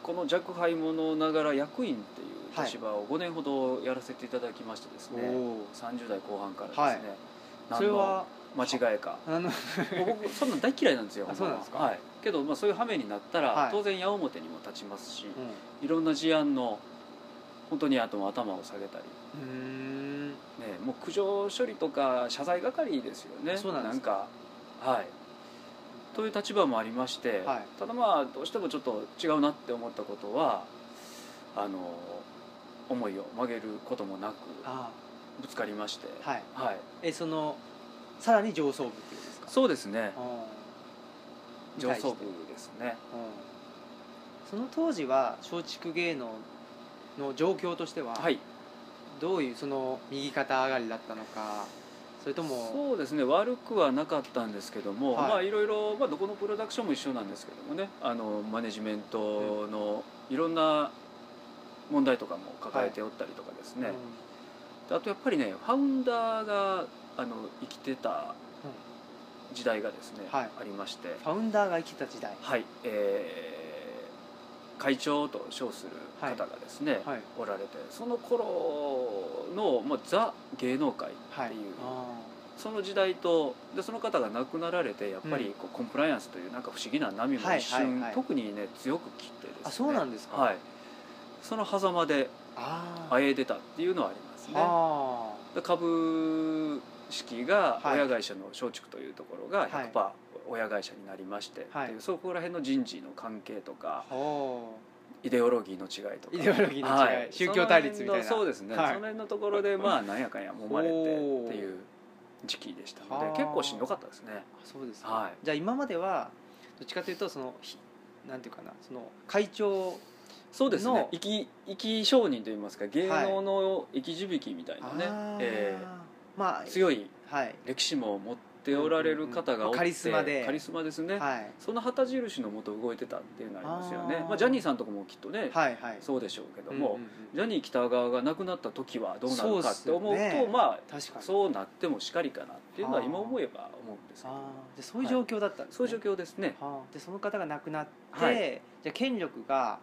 Speaker 2: この若輩者ながら役員っていう
Speaker 1: はい
Speaker 2: 立場を5年ほどやらせていただきましてですね、
Speaker 1: おー
Speaker 2: 30代後半からですね、
Speaker 1: それは
Speaker 2: 何の間違いか
Speaker 1: あの
Speaker 2: もう [LAUGHS] 僕そんなん大嫌いなんですよ [LAUGHS]
Speaker 1: あ
Speaker 2: ほ
Speaker 1: そう
Speaker 2: まは
Speaker 1: なんですか
Speaker 2: はい、けど、まあ、そういう羽目になったら、
Speaker 1: はい
Speaker 2: 当然矢面にも立ちますし、
Speaker 1: うん
Speaker 2: いろんな事案の本当にあとも頭を下げたり、
Speaker 1: うーん
Speaker 2: ね、もう苦情処理とか謝罪係ですよね
Speaker 1: そうなんです
Speaker 2: かはいという立場もありまして、
Speaker 1: はい
Speaker 2: ただまあどうしてもちょっと違うなって思ったことはあの思いを曲げることもなく
Speaker 1: あ
Speaker 2: ぶつかりまして
Speaker 1: あはい
Speaker 2: はい、
Speaker 1: えそのさらに上層部っていうことですか
Speaker 2: そうですね
Speaker 1: うん
Speaker 2: 上層部ですね
Speaker 1: うんその当時は松竹芸能の状況としては、
Speaker 2: はい
Speaker 1: どういうその右肩上がりだったのかそれとも
Speaker 2: そうですね悪くはなかったんですけども、
Speaker 1: はい
Speaker 2: まあいろいろ、まあ、どこのプロダクションも一緒なんですけどもねあのマネジメントのいろんな問題とかも抱えておったりとかですね、であとやっぱりねファウンダーがあの生きてた時代がですね、
Speaker 1: はい
Speaker 2: ありまして
Speaker 1: うんファウンダーが生きてた時代
Speaker 2: はいえー会長と称する方がですね、
Speaker 1: はい
Speaker 2: おられてその頃の、まあ、ザ芸能界
Speaker 1: はい
Speaker 2: っていう
Speaker 1: あ
Speaker 2: その時代とでその方が亡くなられてやっぱ
Speaker 1: うん
Speaker 2: りこうコンプライアンスというなんか不思議な波も
Speaker 1: はい
Speaker 2: 一瞬、
Speaker 1: はいはい
Speaker 2: 特にね強く切ってですね
Speaker 1: あそうなんですか
Speaker 2: はい、その狭間で
Speaker 1: ーあー
Speaker 2: あえ出たっていうのはありますね
Speaker 1: あ
Speaker 2: で株式が
Speaker 1: はい
Speaker 2: 親会社の松竹というところが100%親会社になりまして、
Speaker 1: はい
Speaker 2: っていうそこら辺の人事の関係とか
Speaker 1: ーほ
Speaker 2: イデオロギーの違いとか
Speaker 1: イデオロギーの違い宗教対立みたいな
Speaker 2: その辺のそうですね、
Speaker 1: はい
Speaker 2: その辺のところでまあなんやかんや揉まれてっていう時期でしたの
Speaker 1: おー
Speaker 2: で結構しんどかったですね
Speaker 1: うあそうですか
Speaker 2: はい
Speaker 1: じゃあ今まではどっちかというとそのひなんていうかなその会長
Speaker 2: そうですね
Speaker 1: の
Speaker 2: 生き生き商人といいますか芸能の生き字引みたいなね、
Speaker 1: あー
Speaker 2: え
Speaker 1: まあ
Speaker 2: ー強い
Speaker 1: はい
Speaker 2: 歴史も持ってっておられる方
Speaker 1: うんうん
Speaker 2: が
Speaker 1: う
Speaker 2: おっ
Speaker 1: ん
Speaker 2: て
Speaker 1: カリスマで
Speaker 2: カリスマですね、
Speaker 1: はい
Speaker 2: その旗印のもと動いてたっていうのありますよね
Speaker 1: あー
Speaker 2: まあ、ジャニーさんとかもきっとね、
Speaker 1: はいはい
Speaker 2: そうでしょうけど
Speaker 1: うん
Speaker 2: も、
Speaker 1: うんうん
Speaker 2: ジャニー喜多川が亡くなった時はどうなるかって思うと
Speaker 1: そうっすよね
Speaker 2: ま
Speaker 1: 確か
Speaker 2: あ
Speaker 1: に
Speaker 2: そうなってもしかりかなっていうのは
Speaker 1: あー
Speaker 2: 今思えば思うんですけど
Speaker 1: あーでそういう状況だったんです、
Speaker 2: そ
Speaker 1: ね
Speaker 2: ういう状況ですね
Speaker 1: はあでその方が亡くなって、
Speaker 2: はい
Speaker 1: じゃあ権力が、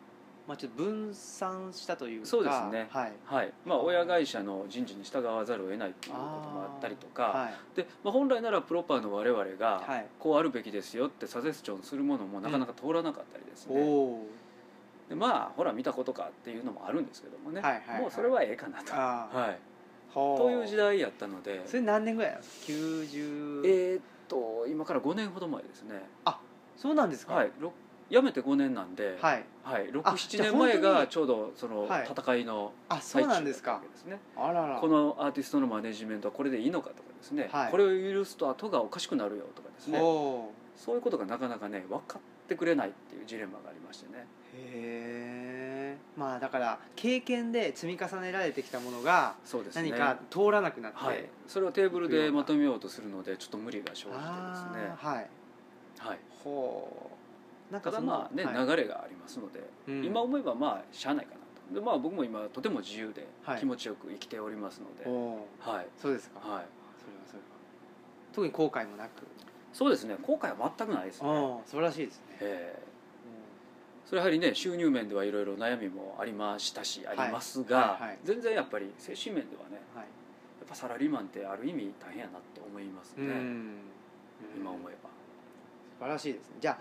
Speaker 1: まあ、ちょっと分散したというか
Speaker 2: そうですね
Speaker 1: はい
Speaker 2: はいまあ、親会社の人事に従わざるを得ないっていうこともあったりとか、
Speaker 1: はい
Speaker 2: でまあ、本来ならプロパーの我々
Speaker 1: は
Speaker 2: が
Speaker 1: い
Speaker 2: こうあるべきですよってサジェスチョンするものもなかなか通らなかったりです
Speaker 1: お
Speaker 2: ね、
Speaker 1: お
Speaker 2: でまあほら見たことかっていうのもあるんですけどもね、
Speaker 1: はいはいはい
Speaker 2: もうそれはええかなと、
Speaker 1: ああ
Speaker 2: はい、
Speaker 1: はあ
Speaker 2: という時代やったので
Speaker 1: それ何年ぐらいなんですか90
Speaker 2: えーっと今から5年ほど前ですね
Speaker 1: そうなんですか
Speaker 2: はい、ろ辞めて5年なんで、はい
Speaker 1: はい
Speaker 2: 67
Speaker 1: じゃあ
Speaker 2: 年前
Speaker 1: 本当
Speaker 2: が
Speaker 1: に
Speaker 2: ちょうどその
Speaker 1: はい
Speaker 2: 戦いの
Speaker 1: あそ
Speaker 2: 最
Speaker 1: う
Speaker 2: 中
Speaker 1: な
Speaker 2: だっ
Speaker 1: んです
Speaker 2: たわ
Speaker 1: か
Speaker 2: けですね、
Speaker 1: あらら
Speaker 2: このアーティストのマネジメントはこれでいいのかとかですね、
Speaker 1: はい
Speaker 2: これを許すと後がおかしくなるよとかですね
Speaker 1: ほ
Speaker 2: そういうことがなかなかね分かってくれないっていうジレンマがありましてね
Speaker 1: うへえまあだから経験で積み重ねられてきたものが
Speaker 2: そうですね
Speaker 1: 何か通らなくなって、
Speaker 2: はい、それをテーブルでまとめようとするのでちょっと無理が生じてですね
Speaker 1: あ、あはい
Speaker 2: はい、
Speaker 1: ほうなん
Speaker 2: た
Speaker 1: か
Speaker 2: だ
Speaker 1: そ
Speaker 2: ま
Speaker 1: の
Speaker 2: あね、
Speaker 1: はい
Speaker 2: 流れがありますので、
Speaker 1: うん
Speaker 2: 今思えばまあしゃあないかなとでまあ僕も今とても自由で
Speaker 1: はい
Speaker 2: 気持ちよく生きておりますので、
Speaker 1: おお
Speaker 2: はい
Speaker 1: そうですか、
Speaker 2: はい、
Speaker 1: それはそれは特に後悔もなく
Speaker 2: そうですね後悔は全くないですね、
Speaker 1: ああ素晴らしいですね
Speaker 2: ええそれはやはりね収入面ではいろいろ悩みもありましたしあ
Speaker 1: い
Speaker 2: ります
Speaker 1: は
Speaker 2: が、
Speaker 1: いはい
Speaker 2: 全然やっぱり精神面ではね
Speaker 1: うんはい
Speaker 2: やっぱサラリーマンってある意味大変やなって思います
Speaker 1: う
Speaker 2: ね、
Speaker 1: ん
Speaker 2: 今思えば
Speaker 1: 素晴らしいですねじゃ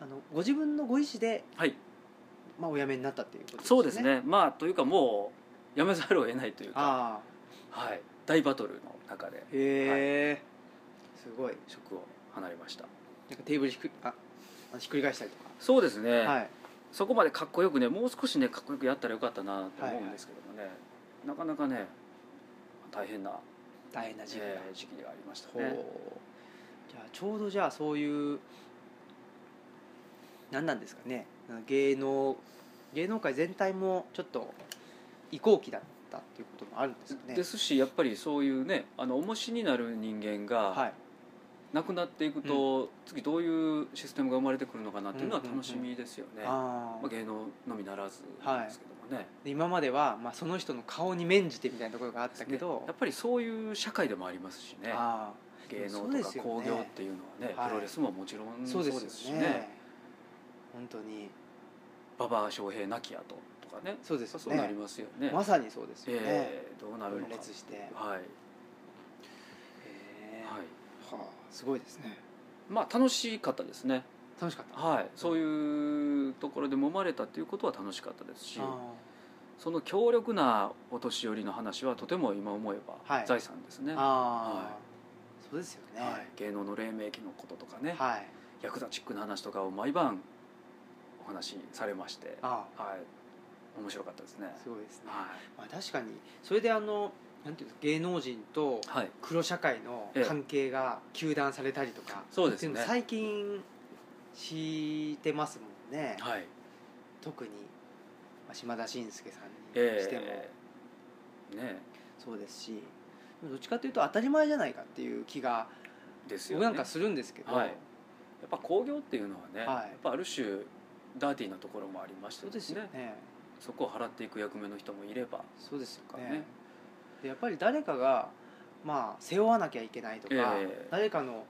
Speaker 1: ああのご自分のご意思で、
Speaker 2: はい
Speaker 1: まあ、お辞めになったっていうことですね
Speaker 2: そうですねまあというかもうやめざるを得ないというか、
Speaker 1: ああ
Speaker 2: はい、大バトルの中で
Speaker 1: へえ、すごい
Speaker 2: 職を離れました
Speaker 1: なんかテーブルひっくりああのひっくり返したりとか、
Speaker 2: そうですね、
Speaker 1: はい
Speaker 2: そこまでかっこよくねもう少しねかっこよくやったらよかったなと思うんですけどもね、なかなかね大変な、
Speaker 1: 大変な時期だ、
Speaker 2: えー時期がありました
Speaker 1: ほう、
Speaker 2: ね
Speaker 1: じゃあちょうどじゃあそういう何なんですかね芸能芸能界全体もちょっと移行期だったっていうこともあるんですかね
Speaker 2: ですしやっぱりそういうねあの重しになる人間
Speaker 1: は
Speaker 2: が
Speaker 1: い
Speaker 2: 亡くなっていくと、次どういうシステムが生まれてくるのかなっていうのは
Speaker 1: うんうんうん
Speaker 2: 楽しみですよね、
Speaker 1: あー
Speaker 2: まあ、芸能のみならずなんですけどもね、
Speaker 1: で今までは、まあ、その人の顔に免じてみたいなところがあったけど、
Speaker 2: やっぱりそういう社会でもありますしね
Speaker 1: あ
Speaker 2: 芸能
Speaker 1: そう
Speaker 2: と
Speaker 1: で
Speaker 2: か
Speaker 1: すよね
Speaker 2: 興行っていうのはね
Speaker 1: はい
Speaker 2: プロレスももちろ
Speaker 1: ー
Speaker 2: んそ
Speaker 1: そうう
Speaker 2: で
Speaker 1: ですよね
Speaker 2: すしね
Speaker 1: 本当に
Speaker 2: 馬場翔平亡き後とかね
Speaker 1: そうですよ
Speaker 2: そう
Speaker 1: ね
Speaker 2: なりますよね
Speaker 1: まさにそうですよね、
Speaker 2: ええどうなるの
Speaker 1: 分
Speaker 2: か
Speaker 1: 裂して、
Speaker 2: はい、
Speaker 1: へー
Speaker 2: はい、
Speaker 1: はあ、すごいですね
Speaker 2: まあ楽しかったですね
Speaker 1: 楽しかった
Speaker 2: はいそういうところで揉まれたっていうことは楽しかったですし
Speaker 1: あ
Speaker 2: その強力なお年寄りの話はとても今思え
Speaker 1: は
Speaker 2: ば
Speaker 1: い
Speaker 2: 財産ですね、
Speaker 1: ー
Speaker 2: は
Speaker 1: あー、
Speaker 2: は
Speaker 1: そうですよね
Speaker 2: い芸能の黎明期のこととかね、
Speaker 1: はい、
Speaker 2: ヤクザチックな話とかを毎晩お話しされましては
Speaker 1: あ
Speaker 2: い面白かったですね
Speaker 1: あすごいですね、
Speaker 2: は
Speaker 1: まあ、確かにそれであのなんていうんですか芸能人と
Speaker 2: い、はい、
Speaker 1: 黒社会の関係が糾弾されたりとか、
Speaker 2: そうですね
Speaker 1: っていの最近知ってますもんね、
Speaker 2: はい
Speaker 1: 特にまあ島田紳介さんにしても
Speaker 2: ええね
Speaker 1: そうですし、でもどっちかというと当たり前じゃないかっていう気が
Speaker 2: ですよ
Speaker 1: 僕な
Speaker 2: ね
Speaker 1: んかするんですけど、
Speaker 2: はいやっぱ工業っていうのはね、
Speaker 1: はい
Speaker 2: やっぱある種ダーティーなところもありまして
Speaker 1: そうですよね
Speaker 2: そこを払っていく役目の人もいれば、
Speaker 1: そうですよ
Speaker 2: ね
Speaker 1: ねでやっぱり誰かがまあ背負わなきゃいけないとか、
Speaker 2: ええ
Speaker 1: 誰かの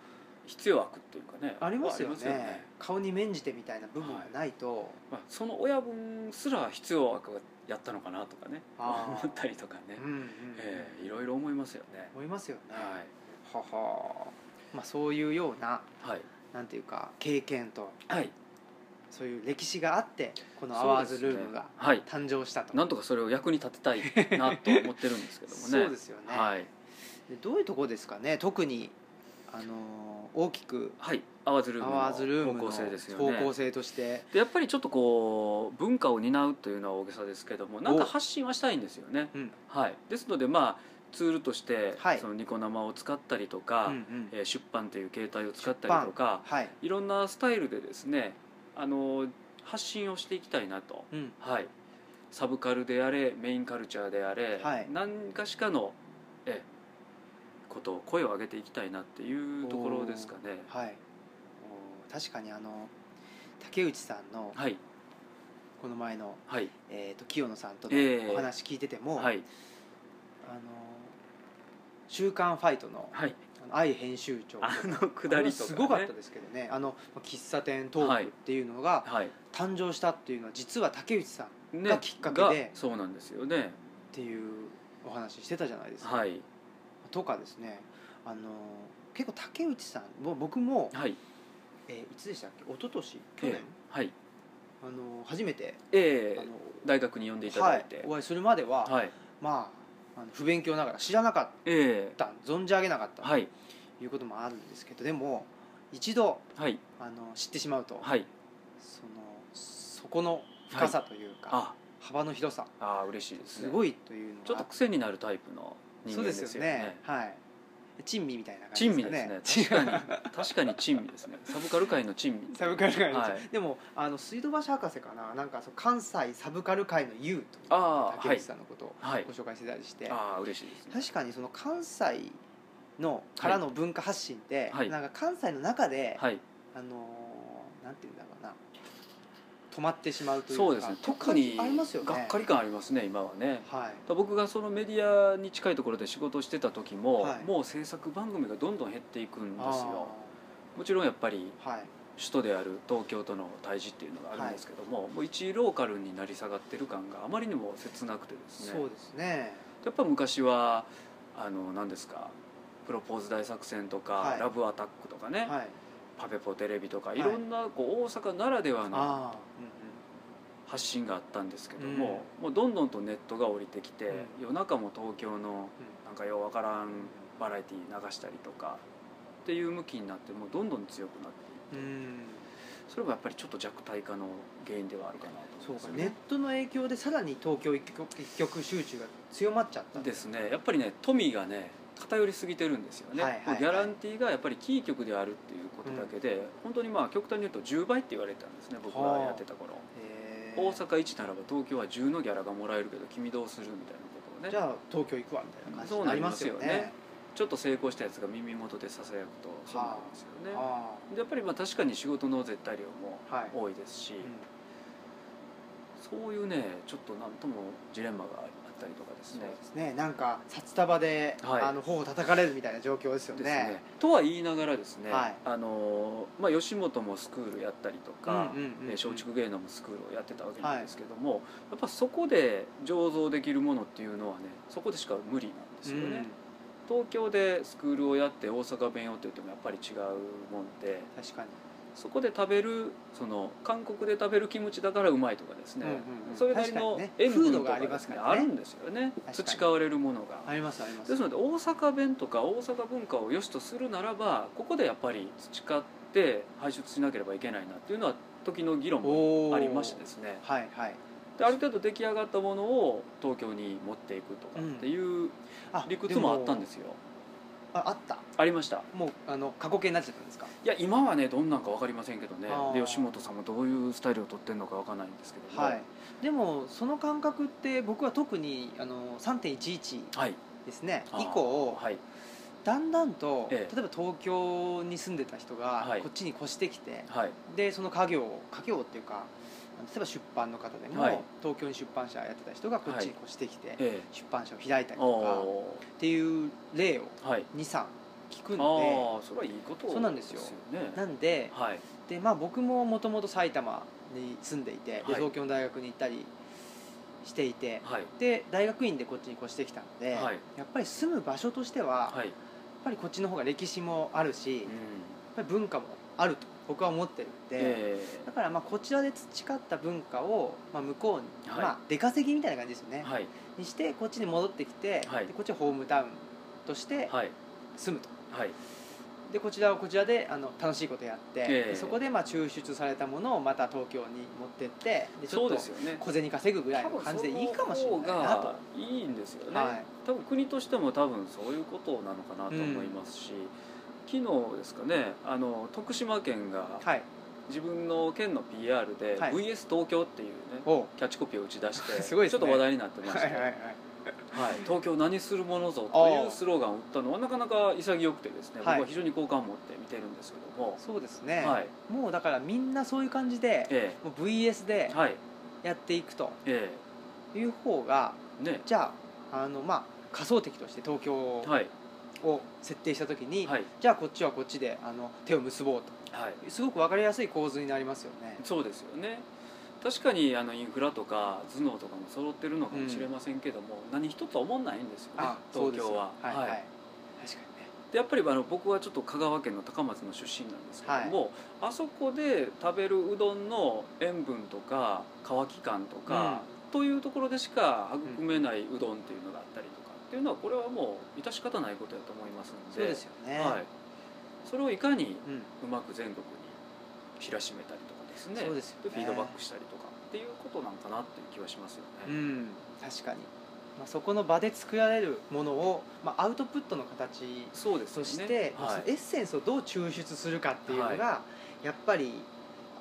Speaker 2: 必要悪っていうかね
Speaker 1: ありますよね
Speaker 2: あり
Speaker 1: 顔に免じてみたいな部分がないと、
Speaker 2: まあ、その親分すら必要悪がやったのかなとかね
Speaker 1: あ
Speaker 2: 思
Speaker 1: ー
Speaker 2: ったりとかね、
Speaker 1: うんうんうん
Speaker 2: ええいろいろ思いますよね、
Speaker 1: 思いますよね、
Speaker 2: は
Speaker 1: ははまあ、そういうようない
Speaker 2: はい
Speaker 1: なんていうか経験と
Speaker 2: はい
Speaker 1: そういう歴史があってこのアワーズルームが
Speaker 2: そうですね
Speaker 1: 誕生したと
Speaker 2: はいなんとかそれを役に立てたいなと思ってるんですけども
Speaker 1: [LAUGHS]
Speaker 2: ね
Speaker 1: そうですよね、
Speaker 2: はい
Speaker 1: でどういうところですかね特に、あのー大きく
Speaker 2: はいアワーズ
Speaker 1: ア
Speaker 2: ル
Speaker 1: ワーズル
Speaker 2: ー
Speaker 1: ー
Speaker 2: ム
Speaker 1: ム
Speaker 2: の
Speaker 1: の
Speaker 2: 方向性ですよ
Speaker 1: 方
Speaker 2: ね
Speaker 1: 向性として
Speaker 2: でやっぱりちょっとこう文化を担うというのは大げさですけどもなんか発信はしたいんですよね、
Speaker 1: うん
Speaker 2: はい、ですのでまあツールとして、
Speaker 1: はい
Speaker 2: そのニコ生を使ったりと
Speaker 1: う
Speaker 2: か、
Speaker 1: んうん
Speaker 2: えー出版という形態を使ったりとか
Speaker 1: はい、
Speaker 2: いろんなスタイルでですねあの発信をしていきたいなと、
Speaker 1: うん、
Speaker 2: はい、サブカルであれメインカルチャーであれ、
Speaker 1: はい
Speaker 2: 何かしかのえーことを声を上げていきたいなっていうところですかね。
Speaker 1: はいお確かにあの竹内さんの
Speaker 2: はい
Speaker 1: この前の、
Speaker 2: はい
Speaker 1: えー、と清野さんと
Speaker 2: ええ
Speaker 1: のお話聞いてても「
Speaker 2: はい
Speaker 1: あの週刊ファイトの」
Speaker 2: はい
Speaker 1: あの愛編集長
Speaker 2: あのくだりとか、ね、
Speaker 1: すごかったですけどねあの喫茶店トークっていうのが
Speaker 2: はい
Speaker 1: 誕生したっていうのは実は竹内さんっ
Speaker 2: ね
Speaker 1: がきっかけで
Speaker 2: がそうなんですよね。
Speaker 1: ていうお話してたじゃないですか。
Speaker 2: はい
Speaker 1: とかですねあの結構竹内さんも僕も、
Speaker 2: はい
Speaker 1: えーいつでしたっけ一昨年去年
Speaker 2: ええはい
Speaker 1: あの初めて、
Speaker 2: え
Speaker 1: あ
Speaker 2: え
Speaker 1: の
Speaker 2: 大学に呼んでいただい
Speaker 1: は、
Speaker 2: て
Speaker 1: お会いするまでは、
Speaker 2: はい
Speaker 1: まああの不勉強ながら知らなかっ
Speaker 2: ええ
Speaker 1: た存じ上げなかった
Speaker 2: はい
Speaker 1: ということもあるんですけどでも一度
Speaker 2: はい
Speaker 1: あの知ってしまうと、
Speaker 2: はい
Speaker 1: そのそこの深さというか、
Speaker 2: あ
Speaker 1: 幅の広さ
Speaker 2: あー嬉しいです、ね、
Speaker 1: すごいというのが
Speaker 2: ちょっと癖になるタイプの人
Speaker 1: そ
Speaker 2: 間
Speaker 1: う
Speaker 2: で
Speaker 1: ですす
Speaker 2: よ
Speaker 1: よ
Speaker 2: ね
Speaker 1: ねはい珍味みたいな感じ
Speaker 2: 珍味ですね確かに確かに珍
Speaker 1: [LAUGHS]
Speaker 2: 味ですねサブカル界の珍味
Speaker 1: サブカル界の、
Speaker 2: はい
Speaker 1: でもあの水道橋博士かななんかそう関西サブカル界の優という
Speaker 2: ああ
Speaker 1: 竹
Speaker 2: はい
Speaker 1: 内さんのことを
Speaker 2: はい
Speaker 1: ご紹介してたりして、
Speaker 2: ああ嬉しいですね
Speaker 1: 確かにその関西のからの文化発信って、
Speaker 2: はい
Speaker 1: なんか関西の中で、
Speaker 2: はい
Speaker 1: あのーなんていうんだろうな止まってしまうというか
Speaker 2: そうですね特に
Speaker 1: ありますよね
Speaker 2: がっかり感ありますね今はね
Speaker 1: はい
Speaker 2: 僕がそのメディアに近いところで仕事をしてた時も、
Speaker 1: はい
Speaker 2: もう制作番組がどんどん減っていくんですよもちろんやっぱり
Speaker 1: あーはい
Speaker 2: 首都である東京との対峙っていうのがあるんですけども、もう一ローカルになり下がってる感があまりにも切なくてですね
Speaker 1: そうですね
Speaker 2: やっぱ昔はあの何ですかプロポーズ大作戦とか、
Speaker 1: はい
Speaker 2: ラブアタックとかね、
Speaker 1: はい
Speaker 2: パペポテレビとか
Speaker 1: い
Speaker 2: いろんなこう大阪ならではの
Speaker 1: ああ
Speaker 2: 発信があったんですけども、もうどんどんとネットが降りてきて、
Speaker 1: う
Speaker 2: 夜中も東京のなんかようわからんバラエティー流したりとかっていう向きになってもうどんどん強くなってい
Speaker 1: うん、うんうん、
Speaker 2: くそれもやっぱりちょっと弱体化の原因ではあるかなと思
Speaker 1: そ
Speaker 2: いうます
Speaker 1: か
Speaker 2: よ
Speaker 1: ネットの影響でさらに東京一極一極集中が強まっちゃった
Speaker 2: ですねやっぱりね富がね偏りすぎてるんですよね、
Speaker 1: はいはいはい
Speaker 2: ギャランティーがやっぱりキー局であるっていうことだけで、本当にまあ極端に言うと10倍って言われてたんですね僕がやってた頃、
Speaker 1: へー
Speaker 2: 大阪1ならば東京は10のギャラがもらえるけど君どうするみたいなことをね
Speaker 1: じゃあ東京行くわみたいな感じ
Speaker 2: そう
Speaker 1: に
Speaker 2: な
Speaker 1: な
Speaker 2: り
Speaker 1: り
Speaker 2: ま
Speaker 1: ますす
Speaker 2: よ
Speaker 1: よ
Speaker 2: ね
Speaker 1: ね
Speaker 2: ちょっと成功したやつが耳元でささやくとそうなんですよね、
Speaker 1: あ
Speaker 2: でやっぱりまあ確かに仕事の絶対量も
Speaker 1: あはい、
Speaker 2: 多いですし、
Speaker 1: うん
Speaker 2: そういうねちょっとなんともジレンマがあったりとかです
Speaker 1: そう
Speaker 2: ね
Speaker 1: ですねなんか札束で、
Speaker 2: はい
Speaker 1: あの頬を叩かれるみたいな状況ですよ
Speaker 2: で
Speaker 1: ね
Speaker 2: すねとは言いながらですね、
Speaker 1: はい
Speaker 2: あのまあ、吉本もスクールやったりとか
Speaker 1: うんうんうんうん
Speaker 2: えー松竹芸能もスクールをやってたわけなんですけども、やっぱそこで醸造できるものっていうのはねそこでしか無理なんですよね、東京でスクールをやって大阪弁をって言ってもやっぱり違うもんで
Speaker 1: うん、確かに
Speaker 2: そこで食べるその韓国で食べるキムチだからうまいとかですね、
Speaker 1: うんうんうん
Speaker 2: それなり
Speaker 1: 確
Speaker 2: の
Speaker 1: かにね
Speaker 2: 塩分と
Speaker 1: 風土
Speaker 2: か
Speaker 1: が
Speaker 2: あ
Speaker 1: あ
Speaker 2: り
Speaker 1: り
Speaker 2: ま
Speaker 1: ますす
Speaker 2: か、
Speaker 1: からら
Speaker 2: あ
Speaker 1: ね
Speaker 2: るんですよね
Speaker 1: かに
Speaker 2: 培われるものが
Speaker 1: ありますあります
Speaker 2: ですので大阪弁とか大阪文化を良しとするならばここでやっぱり培って排出しなければいけないなっていうのは時の議論も
Speaker 1: おー
Speaker 2: ありましてですね
Speaker 1: はいはい
Speaker 2: である程度出来上がったものを東京に持っていくとかっていう
Speaker 1: あ
Speaker 2: 理屈もあったんですすよ
Speaker 1: ああった
Speaker 2: ありました
Speaker 1: もうあの過去形になっちゃったんですか
Speaker 2: いや今はねどんなんか分かりませんけどね
Speaker 1: あー
Speaker 2: で吉本さんもどういうスタイルを取ってるのか分かんないんですけども
Speaker 1: はい、でもその感覚って僕は特にあの3.11
Speaker 2: はい
Speaker 1: ですね
Speaker 2: あー
Speaker 1: 以降
Speaker 2: はい
Speaker 1: だんだんと、
Speaker 2: ええ
Speaker 1: 例えば東京に住んでた人
Speaker 2: は
Speaker 1: が
Speaker 2: い
Speaker 1: こっちに越してきて、
Speaker 2: はい
Speaker 1: でその家業を家業っていうかあの例えば出版の方でも、
Speaker 2: はい
Speaker 1: 東京に出版社やってた人がこっちに越してきて、
Speaker 2: え
Speaker 1: 出版社を開いた
Speaker 2: え
Speaker 1: りとかっ
Speaker 2: お
Speaker 1: ていう例を
Speaker 2: ーはい
Speaker 1: 23聞く
Speaker 2: あ
Speaker 1: んで
Speaker 2: あそれはいいこと
Speaker 1: そうなんですよ
Speaker 2: ね
Speaker 1: なんで
Speaker 2: はい
Speaker 1: で、まあ、僕ももともと埼玉に住んでいて、で
Speaker 2: はい
Speaker 1: 東京の大学に行ったりしていて
Speaker 2: はい
Speaker 1: で大学院でこっちに越してきたので、
Speaker 2: はい
Speaker 1: やっぱり住む場所としては、やっ
Speaker 2: はい
Speaker 1: ぱりこっちの方が歴史もあるし、
Speaker 2: う
Speaker 1: やっ
Speaker 2: ん
Speaker 1: ぱり文化もあると僕は思ってるんで。
Speaker 2: え
Speaker 1: だからまあこちらで培った文化をまあ向こうに、
Speaker 2: はい
Speaker 1: まあ出稼ぎみたいな感じですよ
Speaker 2: え
Speaker 1: ね、
Speaker 2: はい
Speaker 1: にしてこっちに戻ってきて、
Speaker 2: はい
Speaker 1: でこっちはホームタウンとして
Speaker 2: はい
Speaker 1: 住むと
Speaker 2: はい
Speaker 1: でこちらはこちらであの楽しいことやって、
Speaker 2: ええ
Speaker 1: でそこでまあ抽出されたものをまた東京に持ってってでち
Speaker 2: そ
Speaker 1: ょっ
Speaker 2: う
Speaker 1: と
Speaker 2: ですよね
Speaker 1: 小銭稼ぐぐらい
Speaker 2: 多
Speaker 1: の
Speaker 2: 分
Speaker 1: 感じでいいかもしれないなと
Speaker 2: その方がいいんですよね、
Speaker 1: はい
Speaker 2: 多分国としても多分そういうことなのかなと思いますし、昨日ですかねあの徳島県が
Speaker 1: はい
Speaker 2: 自分の県の PR で「
Speaker 1: はい
Speaker 2: VS 東京」っていうね
Speaker 1: おう
Speaker 2: キャッチコピーを打ち出して
Speaker 1: [LAUGHS] すごいです
Speaker 2: ちょ
Speaker 1: ね
Speaker 2: っと話題になってまし
Speaker 1: はいは
Speaker 2: て、
Speaker 1: いはい
Speaker 2: はい、東京何するものぞというスローガンを打ったのはなかなか潔くてですね、
Speaker 1: はい
Speaker 2: 僕は非常に好感を持って見てるんですけども、
Speaker 1: そうですね、
Speaker 2: はい
Speaker 1: もうだからみんなそういう感じで
Speaker 2: え
Speaker 1: もう VS で
Speaker 2: えはい
Speaker 1: やっていくと
Speaker 2: え
Speaker 1: いう方が
Speaker 2: えね
Speaker 1: じゃああの、まあ、仮想敵として東京を
Speaker 2: はい
Speaker 1: 設定した時に、
Speaker 2: はい
Speaker 1: じゃあこっちはこっちであの手を結ぼうと
Speaker 2: はい
Speaker 1: すごく分かりやすい構図になりますよね。
Speaker 2: そうですよね確かにあのインフラとか頭脳とかも揃ってるのかもしれませんけども、何一つ思んないんですよね
Speaker 1: あそう
Speaker 2: 東
Speaker 1: ですよ
Speaker 2: 京は
Speaker 1: はいはい、
Speaker 2: はい
Speaker 1: 確かにね
Speaker 2: でやっぱりあの僕はちょっと香川県の高松の出身なんですけども、あそこで食べるうどんの塩分とか乾き感とか、というところでしか育めないうどんっていうのがあったりとかっていうのはこれはもう致し方ないことだと思いますので
Speaker 1: そうですよね、
Speaker 2: はい、それをいかに
Speaker 1: うん、
Speaker 2: うまく全国に知らしめたりとかですね
Speaker 1: そうですよね
Speaker 2: フィードバックしたりとかっていうことなんかなっていう気はしますよ
Speaker 1: う
Speaker 2: ね。
Speaker 1: ん、確かに、まあ、そこの場で作られるものを、まあ、アウトプットの形
Speaker 2: そうです
Speaker 1: そ
Speaker 2: ね
Speaker 1: して、まあそ
Speaker 2: は
Speaker 1: のエ
Speaker 2: い、
Speaker 1: ッセンスをどう抽出するかっていうのが、やっぱり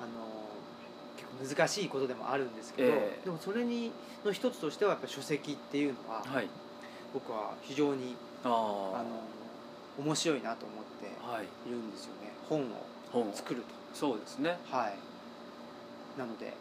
Speaker 1: あの結構難しいことでもあるんですけど、
Speaker 2: ええ
Speaker 1: でもそれにの一つとしてはやっぱり書籍っていうのは、
Speaker 2: はい、
Speaker 1: 僕は非常に
Speaker 2: あ
Speaker 1: あ
Speaker 2: あ
Speaker 1: の面白いなと思って
Speaker 2: はい
Speaker 1: いるんですよね本を
Speaker 2: 本を
Speaker 1: 作ると。
Speaker 2: そうですね
Speaker 1: はい、なので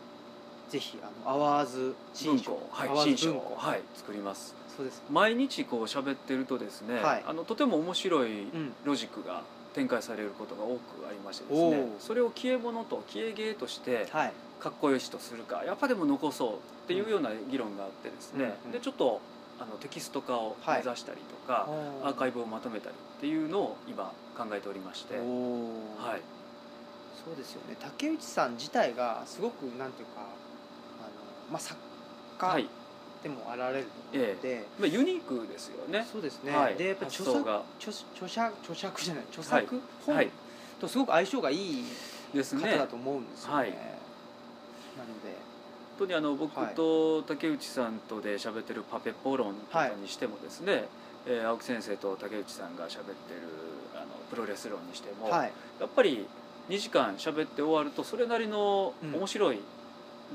Speaker 1: ぜひあのアワーズ新
Speaker 2: 新
Speaker 1: 書
Speaker 2: 書はい
Speaker 1: アワー
Speaker 2: 新
Speaker 1: ズ
Speaker 2: 書
Speaker 1: 文庫、
Speaker 2: をはい作ります
Speaker 1: そうです、
Speaker 2: 毎日こう喋ってるとですね、
Speaker 1: はい
Speaker 2: あのとても面白い
Speaker 1: うん、
Speaker 2: ロジックが展開されることが多くありましてですね
Speaker 1: おー
Speaker 2: それを消え物と消え芸として
Speaker 1: はい
Speaker 2: かっこよしとするかやっぱでも残そうっていうような議論があってですね、
Speaker 1: うん
Speaker 2: でちょっとあのテキスト化を目
Speaker 1: はい
Speaker 2: 指したりとか、アーカイブをまとめたりっていうのを今考えておりまして、
Speaker 1: お
Speaker 2: はい、
Speaker 1: お、そうですよね竹内さん自体がすごくなんていうかあの、まあ、作
Speaker 2: は
Speaker 1: 家
Speaker 2: い
Speaker 1: でもあられると思うので、
Speaker 2: まあ、ユニークですよね。
Speaker 1: そうですね、
Speaker 2: はい、
Speaker 1: でやっぱり
Speaker 2: 発
Speaker 1: 著
Speaker 2: 想
Speaker 1: 作
Speaker 2: が
Speaker 1: 著著者著作じゃない著作、本、
Speaker 2: はい
Speaker 1: とすごく相性がいい
Speaker 2: です
Speaker 1: 方
Speaker 2: ね
Speaker 1: だと思うんですよね、
Speaker 2: はい
Speaker 1: なので
Speaker 2: 本当にあの僕
Speaker 1: はい
Speaker 2: と竹内さんとで喋ってるパペポロンとかにしてもですね、えー青木先生と竹内さんが喋ってるあのプロレス論にしても、
Speaker 1: はい
Speaker 2: やっぱり2時間喋って終わるとそれなりの
Speaker 1: うん
Speaker 2: 面白い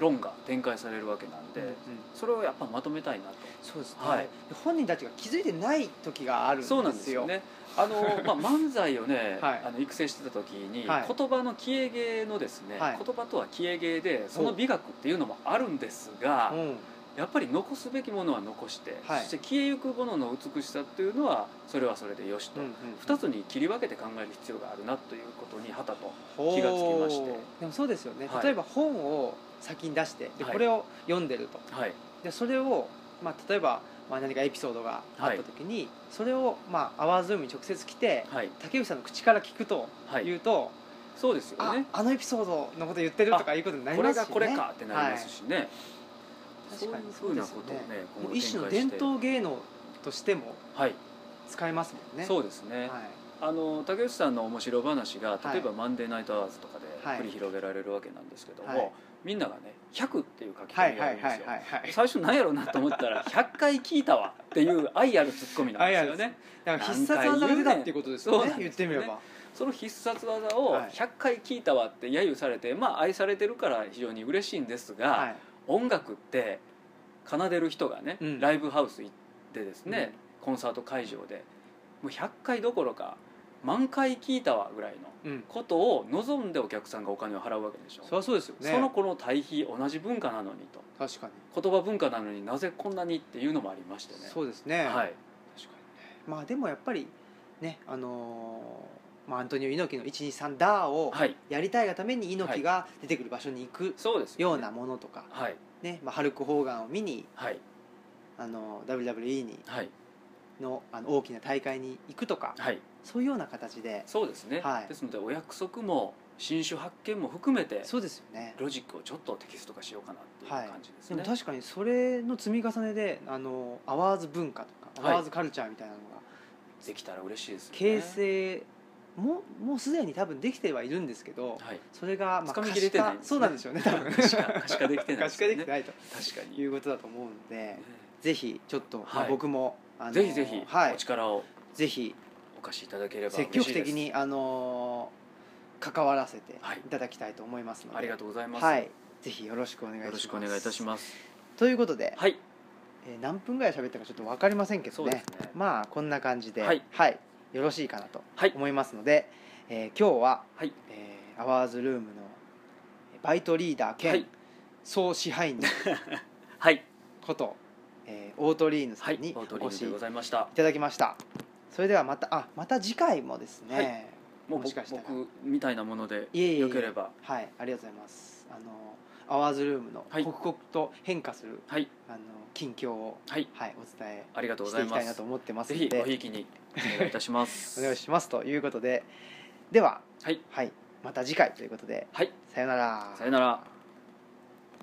Speaker 2: 論が展開されるわけなんで、
Speaker 1: うんうん
Speaker 2: それをやっぱまとめたいなと。
Speaker 1: そうですね、
Speaker 2: はい
Speaker 1: で本人たちが気づいてない時があるんです
Speaker 2: そ
Speaker 1: よ
Speaker 2: うなんですよね。あの
Speaker 1: [LAUGHS]
Speaker 2: まあ漫才をね、
Speaker 1: はい
Speaker 2: あの育成してた時に、
Speaker 1: はい
Speaker 2: 言葉の消え芸のですね、
Speaker 1: はい
Speaker 2: 言葉とは消え芸でその美学っていうのもあるんですが、
Speaker 1: うん
Speaker 2: やっぱり残すべきものは残して、
Speaker 1: はい
Speaker 2: そして消えゆくものの美しさっていうのはそれはそれでよしと、
Speaker 1: うんうん、
Speaker 2: 二つに切り分けて考える必要があるなということに旗と
Speaker 1: 気
Speaker 2: 気がつきまして
Speaker 1: でもそうですよね、
Speaker 2: はい
Speaker 1: 例えば本を先に出してで
Speaker 2: はい
Speaker 1: これを読んでると、
Speaker 2: はい
Speaker 1: でそれを、まあ、例えば、まあ、何かエピソードがあった時に、それを、まあ、アワーズームに直接来て
Speaker 2: はい
Speaker 1: 竹内さんの口から聞くと
Speaker 2: はい
Speaker 1: 言うと、
Speaker 2: そうですよ
Speaker 1: あ
Speaker 2: ね
Speaker 1: あのエピソードのこと言ってるとかいうことになり
Speaker 2: こ
Speaker 1: ま
Speaker 2: れ
Speaker 1: すよ
Speaker 2: が
Speaker 1: ね
Speaker 2: これかってなりますしね、
Speaker 1: はい
Speaker 2: そういうふうなことをね
Speaker 1: もう
Speaker 2: 今後展開
Speaker 1: 一
Speaker 2: して
Speaker 1: 種の伝統芸能としても
Speaker 2: はい、
Speaker 1: 使えますもんね
Speaker 2: そうですね、
Speaker 1: はい
Speaker 2: あの竹内さんの面白い話が
Speaker 1: はい
Speaker 2: 例えば「マンデーナイトアワーズ」とかで
Speaker 1: はい
Speaker 2: 繰り広げられるわけなんですけども、
Speaker 1: はい
Speaker 2: みんながね「100」っていう書き
Speaker 1: は
Speaker 2: 込み
Speaker 1: い
Speaker 2: があ
Speaker 1: は
Speaker 2: る
Speaker 1: い
Speaker 2: んですよ、
Speaker 1: はいはいはい
Speaker 2: 最初何やろうなと思っ
Speaker 1: [LAUGHS]
Speaker 2: たら「100回聞いたわ」っていう愛あるツッコミなんですよ
Speaker 1: 愛あ
Speaker 2: ね
Speaker 1: だから必殺技が出たっていうことですよ
Speaker 2: そう
Speaker 1: ね
Speaker 2: なん
Speaker 1: 言
Speaker 2: で
Speaker 1: っ
Speaker 2: す
Speaker 1: て
Speaker 2: よ
Speaker 1: み
Speaker 2: ね
Speaker 1: れば
Speaker 2: その必殺技を
Speaker 1: はい
Speaker 2: 「100回聞いたわ」って揶揄されてまあ愛されてるから非常に嬉しいんですが、
Speaker 1: はい
Speaker 2: 音楽って奏でる人がね、
Speaker 1: うん
Speaker 2: ライブハウス行ってですね、コンサート会場でもう100回どころか満回聞いたわぐらいの
Speaker 1: うん
Speaker 2: ことを望んでお客さんがお金を払うわけでしょ、
Speaker 1: そりゃそうですよね
Speaker 2: その子の対比同じ文化なのにと
Speaker 1: 確かに
Speaker 2: 言葉文化なのになぜこんなにっていうのもありましてね
Speaker 1: そうですね
Speaker 2: はい
Speaker 1: 確かにねまあでもやっぱりねあのーまあアントニオ猪木の123ダーを
Speaker 2: はい
Speaker 1: やりたいがために猪木が出てくる場所に行く
Speaker 2: そうです
Speaker 1: よ
Speaker 2: よ
Speaker 1: う
Speaker 2: ね
Speaker 1: なものとか
Speaker 2: はい
Speaker 1: ねまあハルク・ホーガンを見に
Speaker 2: はい
Speaker 1: あの WWE に
Speaker 2: はい
Speaker 1: のあの大きな大会に行くとか
Speaker 2: はい
Speaker 1: そういうような形で
Speaker 2: そうですね、
Speaker 1: はい
Speaker 2: ですのでお約束も新種発見も含めて
Speaker 1: そうですよね
Speaker 2: ロジックをちょっとテキスト化しようかなっていう感じです
Speaker 1: で
Speaker 2: ね、
Speaker 1: も確かにそれの積み重ねであのアワーズ文化とか
Speaker 2: は
Speaker 1: ア
Speaker 2: い
Speaker 1: ワーズカルチャーみたいなのが
Speaker 2: できたら嬉しいですよね
Speaker 1: 形成ももうすでに多分できてはいるんですけど
Speaker 2: はい
Speaker 1: それがまあ
Speaker 2: 掴み
Speaker 1: 可
Speaker 2: 切
Speaker 1: 視
Speaker 2: れてな
Speaker 1: 化
Speaker 2: いんですね
Speaker 1: そうなんでしょうね多分
Speaker 2: [LAUGHS] 可視化可視化できてな
Speaker 1: 可
Speaker 2: いで
Speaker 1: 視
Speaker 2: す
Speaker 1: 化で
Speaker 2: よね
Speaker 1: きてないと
Speaker 2: 確かに、
Speaker 1: いうことだと思うので
Speaker 2: ね
Speaker 1: ぜひちょっとまあ
Speaker 2: はい
Speaker 1: 僕もあの
Speaker 2: ぜひぜひ
Speaker 1: はい
Speaker 2: お力を
Speaker 1: ぜひ
Speaker 2: お貸しいただければ嬉し
Speaker 1: 積
Speaker 2: いです
Speaker 1: 極的にあの関わらせてい
Speaker 2: はい
Speaker 1: ただきたいと思いますので
Speaker 2: ありがとうございます、
Speaker 1: はい、ぜひよろしくお願いします。
Speaker 2: よろしくお願いいたします
Speaker 1: ということで、
Speaker 2: はい
Speaker 1: ええー何分ぐらい喋ったかちょっと分かりませんけ
Speaker 2: そ
Speaker 1: ど
Speaker 2: うで
Speaker 1: ね
Speaker 2: すね
Speaker 1: まあこんな感じでは
Speaker 2: はい
Speaker 1: い、よろしいかなと
Speaker 2: はい
Speaker 1: 思いますので、えー今日は、
Speaker 2: はい
Speaker 1: えーアワーズルームのバイトリーダー兼、
Speaker 2: はい
Speaker 1: 総支配人
Speaker 2: はい
Speaker 1: こと、 [LAUGHS] えーオートリーヌさ
Speaker 2: はい
Speaker 1: んに
Speaker 2: お
Speaker 1: お越し
Speaker 2: で
Speaker 1: い
Speaker 2: ございました
Speaker 1: ただきましたそれではまたあまた次回もですね、
Speaker 2: はい
Speaker 1: も
Speaker 2: も
Speaker 1: う
Speaker 2: う
Speaker 1: もしかしたら
Speaker 2: 僕みたいなもので
Speaker 1: いえいえいえ
Speaker 2: よければ
Speaker 1: はい、ありがとうございます。あのアワーズルームの
Speaker 2: はい
Speaker 1: 刻々と変化する、
Speaker 2: はい
Speaker 1: あの近況を
Speaker 2: はい
Speaker 1: はいお伝
Speaker 2: ありがと
Speaker 1: え
Speaker 2: うご
Speaker 1: し
Speaker 2: ざ
Speaker 1: て
Speaker 2: い
Speaker 1: いきた
Speaker 2: ま
Speaker 1: いな
Speaker 2: す
Speaker 1: と思ってます
Speaker 2: ぜ
Speaker 1: の
Speaker 2: ひ
Speaker 1: で、
Speaker 2: ごひいきにお願いいたしま
Speaker 1: [LAUGHS]
Speaker 2: す
Speaker 1: お願いしますということで、では
Speaker 2: はい
Speaker 1: はいまた次回ということで
Speaker 2: はい
Speaker 1: さよなら。
Speaker 2: さよなら